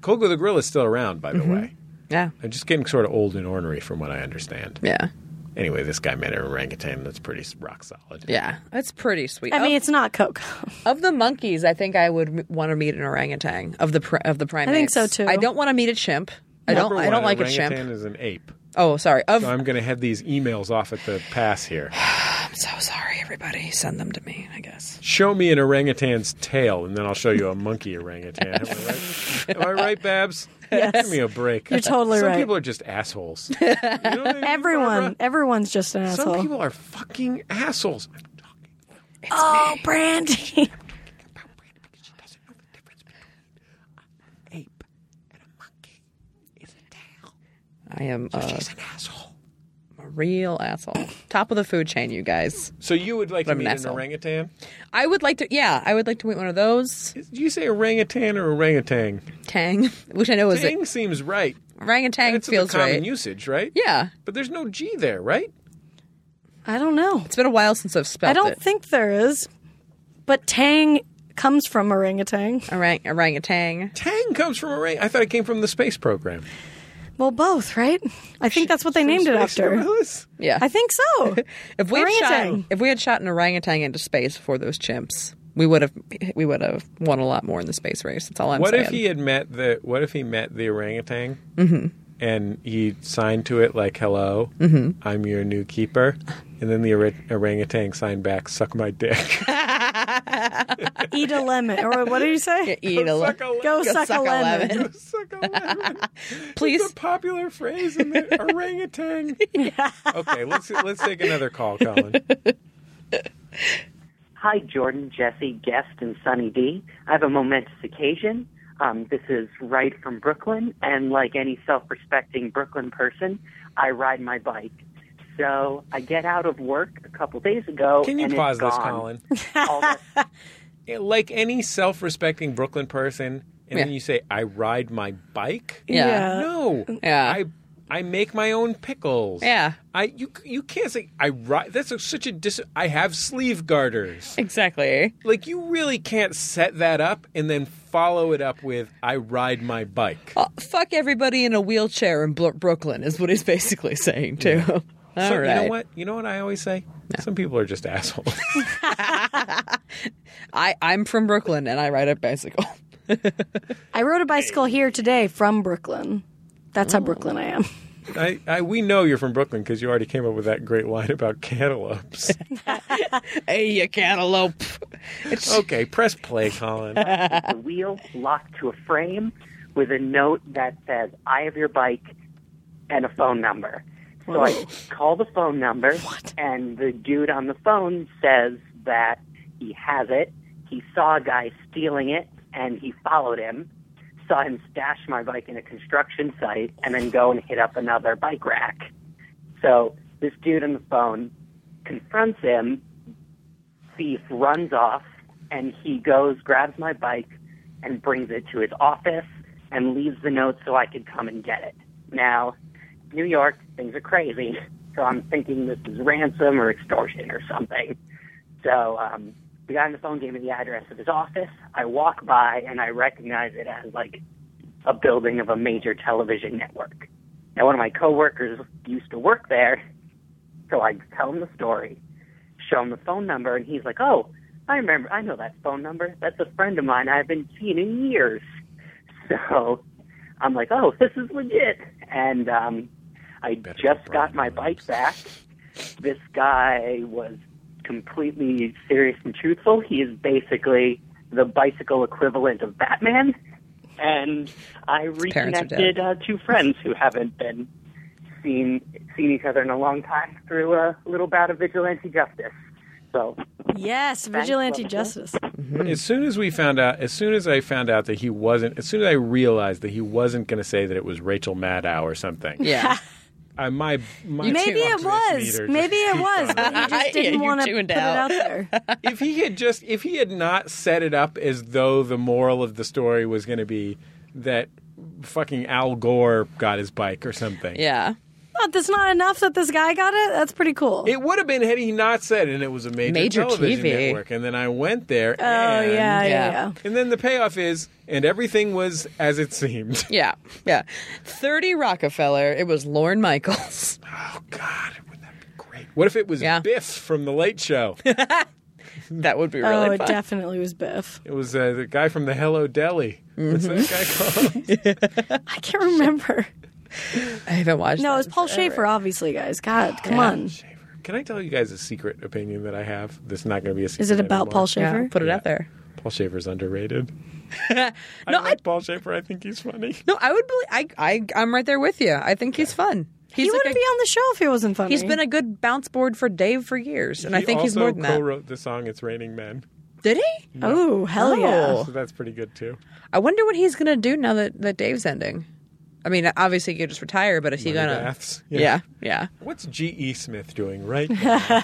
Coco the gorilla is still around, by the way. Yeah. It just getting sort of old and ornery, from what I understand. Yeah. Anyway, this guy met an orangutan that's pretty s- rock solid. Yeah. That's pretty sweet. Oh. I mean, of, it's not Coco. of the monkeys, I think I would m- want to meet an orangutan of the pr- of the primates. so, too. I don't want to meet a chimp. I don't. Number I don't one, like a orangutan chimp. is an ape. Oh, sorry. Of So I'm going to head these emails off at the pass here. I'm so sorry, everybody. Send them to me. I guess. Show me an orangutan's tail, and then I'll show you a monkey orangutan. Am I right, Am I right Babs? Give me a break. You're totally Some right. people are just assholes. You know what I mean, Barbara? Everyone, everyone's just an Some asshole. people are fucking assholes. I'm talking oh, Brandy. about Brandon because she doesn't know the difference between an ape and a monkey. It's a tail. I am a, It's an asshole. a real asshole. Top of the food chain, you guys. So you would like to I'm an meet an asshole. orangutan? I would like to. Yeah, I would like to meet one of those. Is- Do you say orangutan or orangutan? Tang, which I know is Tang seems right. orangutan That's the feels common right. usage, right? Yeah, But there's no G there, right? I don't know. it's been a while since I've spelled I don't it. think there is, but Tang comes from orangutan. Orang- orangutan. Tang comes from orang. I thought it came from the space program. Well, both, right? I think that's what they named it Space after. gorillas? Yeah. I think so. if we had shot, orangutan. if we had shot an orangutan into space before those chimps, we would have we would have won a lot more in the space race. That's all I'm What saying. if he had met the? What if he met the orangutan? Mm-hmm. And he signed to it like, "Hello, Mm-hmm. I'm your new keeper," and then the ora- orangutan signed back, "Suck my dick." Eat a lemon, or what did you say? eat a Suck a little? lemon. Go, suck, a lemon. Suck a lemon. It's Please a popular phrase in the orangutan. Okay, let's let's take another call, Colin. Hi, Jordan, Jesse, guest, and Sunny D. I have a momentous occasion. Um, this is right from Brooklyn, and like any self-respecting Brooklyn person, I ride my bike. So I get out of work a couple days Oh, ago. Can you and pause it's this, gone. Colin? All that- Yeah, Like any self-respecting Brooklyn person, and then Yeah. you say, "I ride my bike." Yeah. No. Yeah. I I make my own pickles. Yeah. I you you can't say I ride. That's a, such a dis. I have sleeve garters. exactly. Like you really can't set that up and then follow it up with I ride my bike. Uh, fuck everybody in a wheelchair in Bro- Brooklyn is what he's basically saying too. All right. so you know what? You know what I always say. Some people are just assholes. I I'm from Brooklyn and I ride a bicycle. I rode a bicycle here today from Brooklyn. That's how Brooklyn I am. I, I we know you're from Brooklyn because you already came up with that great line about cantaloupes. hey, you cantaloupe. It's, okay, press play, Colin. the wheel locked to a frame with a note that says "I have your bike" and a phone number. So I call the phone number, and the dude on the phone says that he has it. He saw a guy stealing it, and he followed him. Saw him stash my bike in a construction site, and then go and hit up another bike rack. So this dude on the phone confronts him. Thief runs off, and he goes, grabs my bike, and brings it to his office, and leaves the note so I could come and get it. Now, New York, things are crazy, so I'm thinking this is ransom or extortion or something. So um, the guy on the phone gave me the address of his office. I walk by, and I recognize it as like a building of a major television network. Now, one of my coworkers used to work there, so I tell him the story, show him the phone number, and he's like, "Oh, I remember. I know that phone number. That's a friend of mine. I haven't seen in years." So I'm like, "Oh, this is legit." And um, I just got my bike back. This guy was completely serious and truthful. He is basically the bicycle equivalent of Batman. And I parents are dead. reconnected uh, two friends who haven't been seen seen each other in a long time through a little bout of vigilante justice. So Yes, vigilante justice. As soon as we found out, as soon as I found out that he wasn't, as soon as I realized that he wasn't going to say that it was Rachel Maddow or something, yeah. I, my, my Maybe it confidence was. meter just Maybe it peaked was. on But you Yeah, just didn't you want to put tuned it out. out there. if he had just if he had not set it up as though the moral of the story was going to be that fucking Al Gore got his bike or something. Yeah. Oh, that's not enough that this guy got it? That's pretty cool. It would have been had he not said, and it was a major, Major television TV. network. And then I went there. oh, and, yeah, yeah, yeah. yeah. And then the payoff is, and everything was as it seemed. Yeah, yeah. 30 Rockefeller. It was Lorne Michaels. Oh God, wouldn't that be great? What if it was Yeah. Biff from the Late Show? That would be Oh, really it fun. definitely was Biff. it was uh, the guy from the Hello Deli. What's Mm-hmm. that guy called? I can't remember. I haven't watched No, it that. was Paul Schaefer, obviously, guys. God, come on. Schaefer. Can I tell you guys a secret opinion that I have? That's not going to be a secret. Is it about anymore. Paul Yeah, Schaefer? put it out there. Paul Schaefer's underrated. I No, I, like Paul Schaefer. I think he's funny. no, I would believe. I, I, I'm right there with you. I think he's fun. He's he like wouldn't a- be on the show if he wasn't funny. He's been a good bounce board for Dave for years, and I He think he's also more than that. co-wrote the song "It's Raining Men," Did he? oh hell yeah! Oh. so that's pretty good too. I wonder what he's gonna do now that, that Dave's ending. I mean, obviously he could just retire, but is he Money gonna? Baths. Yeah, yeah. yeah. What's G.E. Smith doing right now?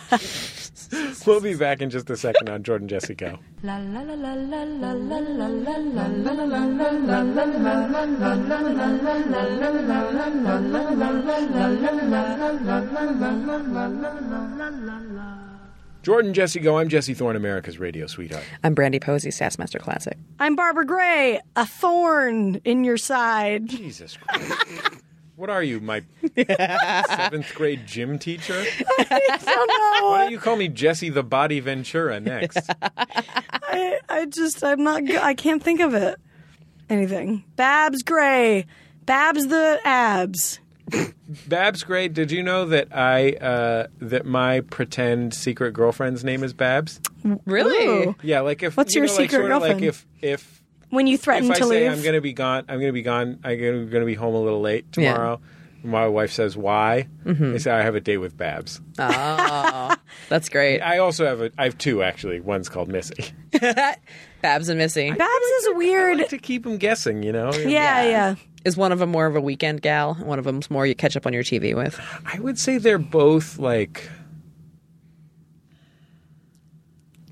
we'll be back in just a second on Jordan Jesse Go. La la la la la la la la la la la la la la la la Jordan Jesse Go. I'm Jesse Thorne, America's radio sweetheart. I'm Brandy Posey, Sass Master Classic. I'm Barbara Gray, a thorn in your side. Jesus Christ. What are you, my seventh grade gym teacher? Why don't you call me Jesse the Body Ventura next? I, I just I'm not go- I can't think of it. Anything. Babs Gray, Babs the abs. Babs Gray, did you know that I uh, that my pretend secret girlfriend's name is Babs? Really? Ooh. Yeah, like if What's you your know, like, secret sort of girlfriend? Like if if When you if threaten I to say leave, I'm going to be gone, I'm going to be gone. I'm going to be home a little late Yeah. tomorrow. My wife says why? Mm-hmm. I say I have a date with Babs. That's great. I also have a I have two actually. One's called Missy. Babs and Missy. Babs is weird. to keep him guessing, you know. yeah, yeah, Is one of them more of a weekend gal? and One of them's more you catch up on your TV with. I would say they're both like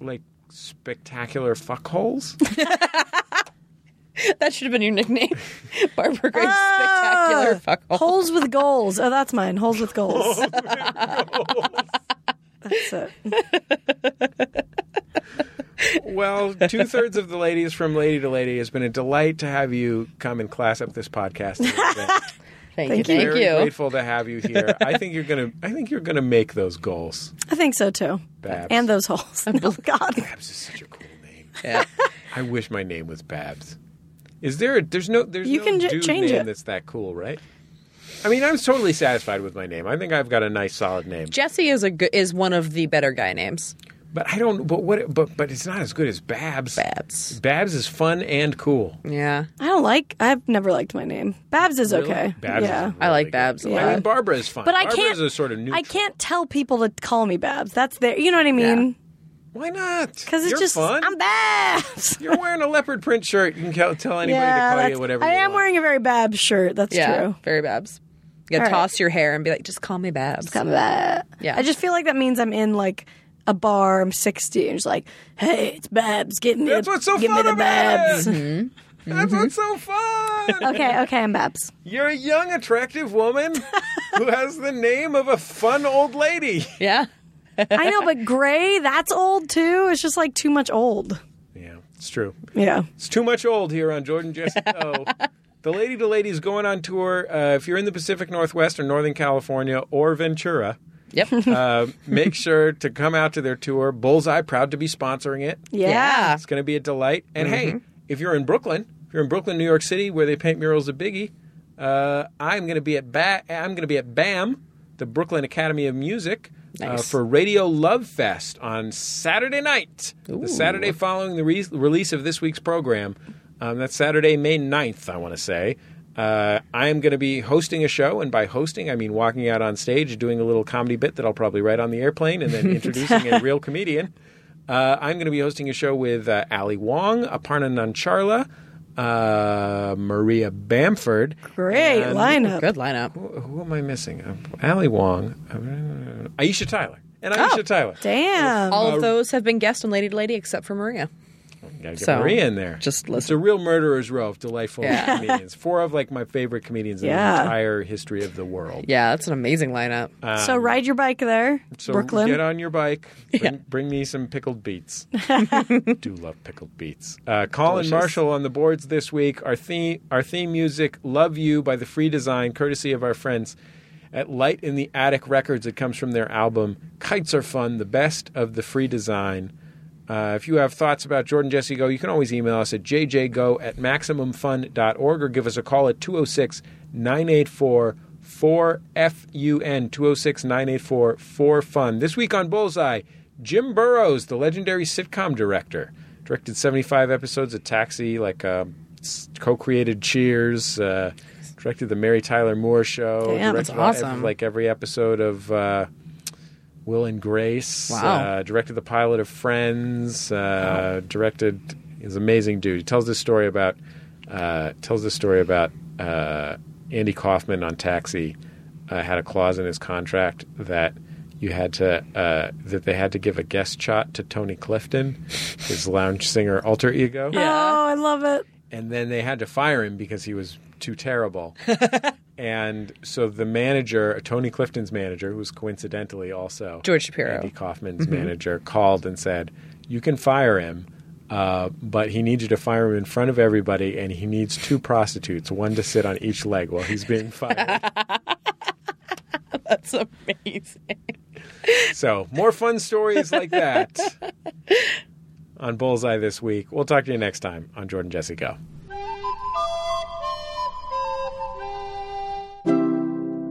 like spectacular fuckholes. That should have been your nickname, Barbara Grace Spectacular Fuckhole. Ah, Holes with goals. Oh, that's mine. Holes with goals. that's it. well, two thirds of the ladies from Lady to Lady has been a delight to have you come and class up this podcast. Thank Thank, you. you. Thank Very you. grateful to have you here. I think you're gonna I think you're gonna make those goals. I think so too. Babs. And those holes. No, God. Babs is such a cool name. Yeah. I wish my name was Babs. Is there? A, there's no. There's You no can ju- dude change name it. that's that cool, right? I mean, I'm totally satisfied with my name. I think I've got a nice, solid name. Jesse is a good, is one of the better guy names. But I don't. But what? But but it's not as good as Babs. Babs. Babs is fun and cool. Yeah. I don't like. I've never liked my name. Babs is okay. Babs. yeah. Is really I like good. Babs a lot. I mean, Barbara is fun. but I Barbara can't. is a sort of new. I can't tell people to call me Babs. That's their. You know what I mean? Why not? Because it's You're just fun. I'm Babs. You're wearing a leopard print shirt. You can tell, tell anybody to call that's- you whatever. I you am want. wearing a very Babs shirt. That's Yeah. true. Very Babs. You gotta All right. toss your hair and be like, just call me Babs. Got that. Yeah. I just feel like that means I'm in like a bar. I'm 60, and just like, hey, it's Babs. Give me. That's the, what's so give me fun the about it. Babs. Mm-hmm. That's what's so fun. okay, okay, I'm Babs. You're a young, attractive woman who has the name of a fun old lady. yeah. I know, but Gray, that's old too. It's just like too much old. Yeah, it's true. Yeah. It's too much old here on Jordan Jesse Go. the Lady to Lady is going on tour. Uh, if you're in the Pacific Northwest or Northern California or Ventura, Yep. uh, make sure to come out to their tour. Bullseye, proud to be sponsoring it. Yeah. Yeah. Mm-hmm. It's going to be a delight. And hey, if you're in Brooklyn, if you're in Brooklyn, New York City, where they paint murals a biggie, uh, I'm going to be at ba- I'm going to be at BAM, the Brooklyn Academy of Music, uh, Nice. for Radio Love Fest on Saturday night, the Saturday following the re- release of this week's program. Um, that's Saturday, May 9th, I want to say. Uh, I am going to be hosting a show, and by hosting, I mean walking out on stage, doing a little comedy bit that I'll probably write on the airplane, and then introducing a real comedian. Uh, I'm going to be hosting a show with uh, Ali Wong, Aparna Nancharla, uh, Maria Bamford. Great lineup. Good lineup. Who, who am I missing? Uh, Ali Wong, uh, Oh. Aisha Tyler, and Aisha Tyler. Damn. Uh, All of those have been guests on Lady to Lady except for Maria. Got to get So, Maria in there. just It's a real murderer's row of delightful Yeah. comedians. Four of like my favorite comedians in Yeah. the entire history of the world. Yeah, that's an amazing lineup. Um, so ride your bike there, so Brooklyn. get on your bike. Bring, bring me some pickled beets. Do love pickled beets. Uh, Colin Marshall on the boards this week. Our theme, our theme music, "Love You" by the Free Design, courtesy of our friends at Light in the Attic Records. It comes from their album "Kites Are Fun," the best of the Free Design. Uh, if you have thoughts about Jordan Jesse Go, you can always email us at jjgo at maximumfun.org or give us a call at 206 984 4FUN 206 984 4FUN. This week on Bullseye, Jim Burrows, the legendary sitcom director, directed 75 episodes of Taxi, like uh, co created Cheers, uh, directed The Mary Tyler Moore Show, Damn, that's directed all- ev- awesome. like every episode of. Uh, Will and Grace. Wow. Uh, directed the pilot of Friends. Uh, Directed is an amazing dude. He tells this story about uh, tells this story about uh, Andy Kaufman on Taxi uh, had a clause in his contract that you had to uh, that they had to give a guest shot to Tony Clifton, his lounge singer alter ego Oh, I love it. and then they had to fire him because he was too terrible. and so the manager, uh, Tony Clifton's manager, who was coincidentally also George Shapiro. Mm-hmm. Andy Kaufman's manager, called and said, "You can fire him." Uh, but he needs you to fire him in front of everybody, and he needs two prostitutes, one to sit on each leg while he's being fired. That's amazing. so, more fun stories like that on Bullseye this week. We'll talk to you next time on Jordan Jesse Go.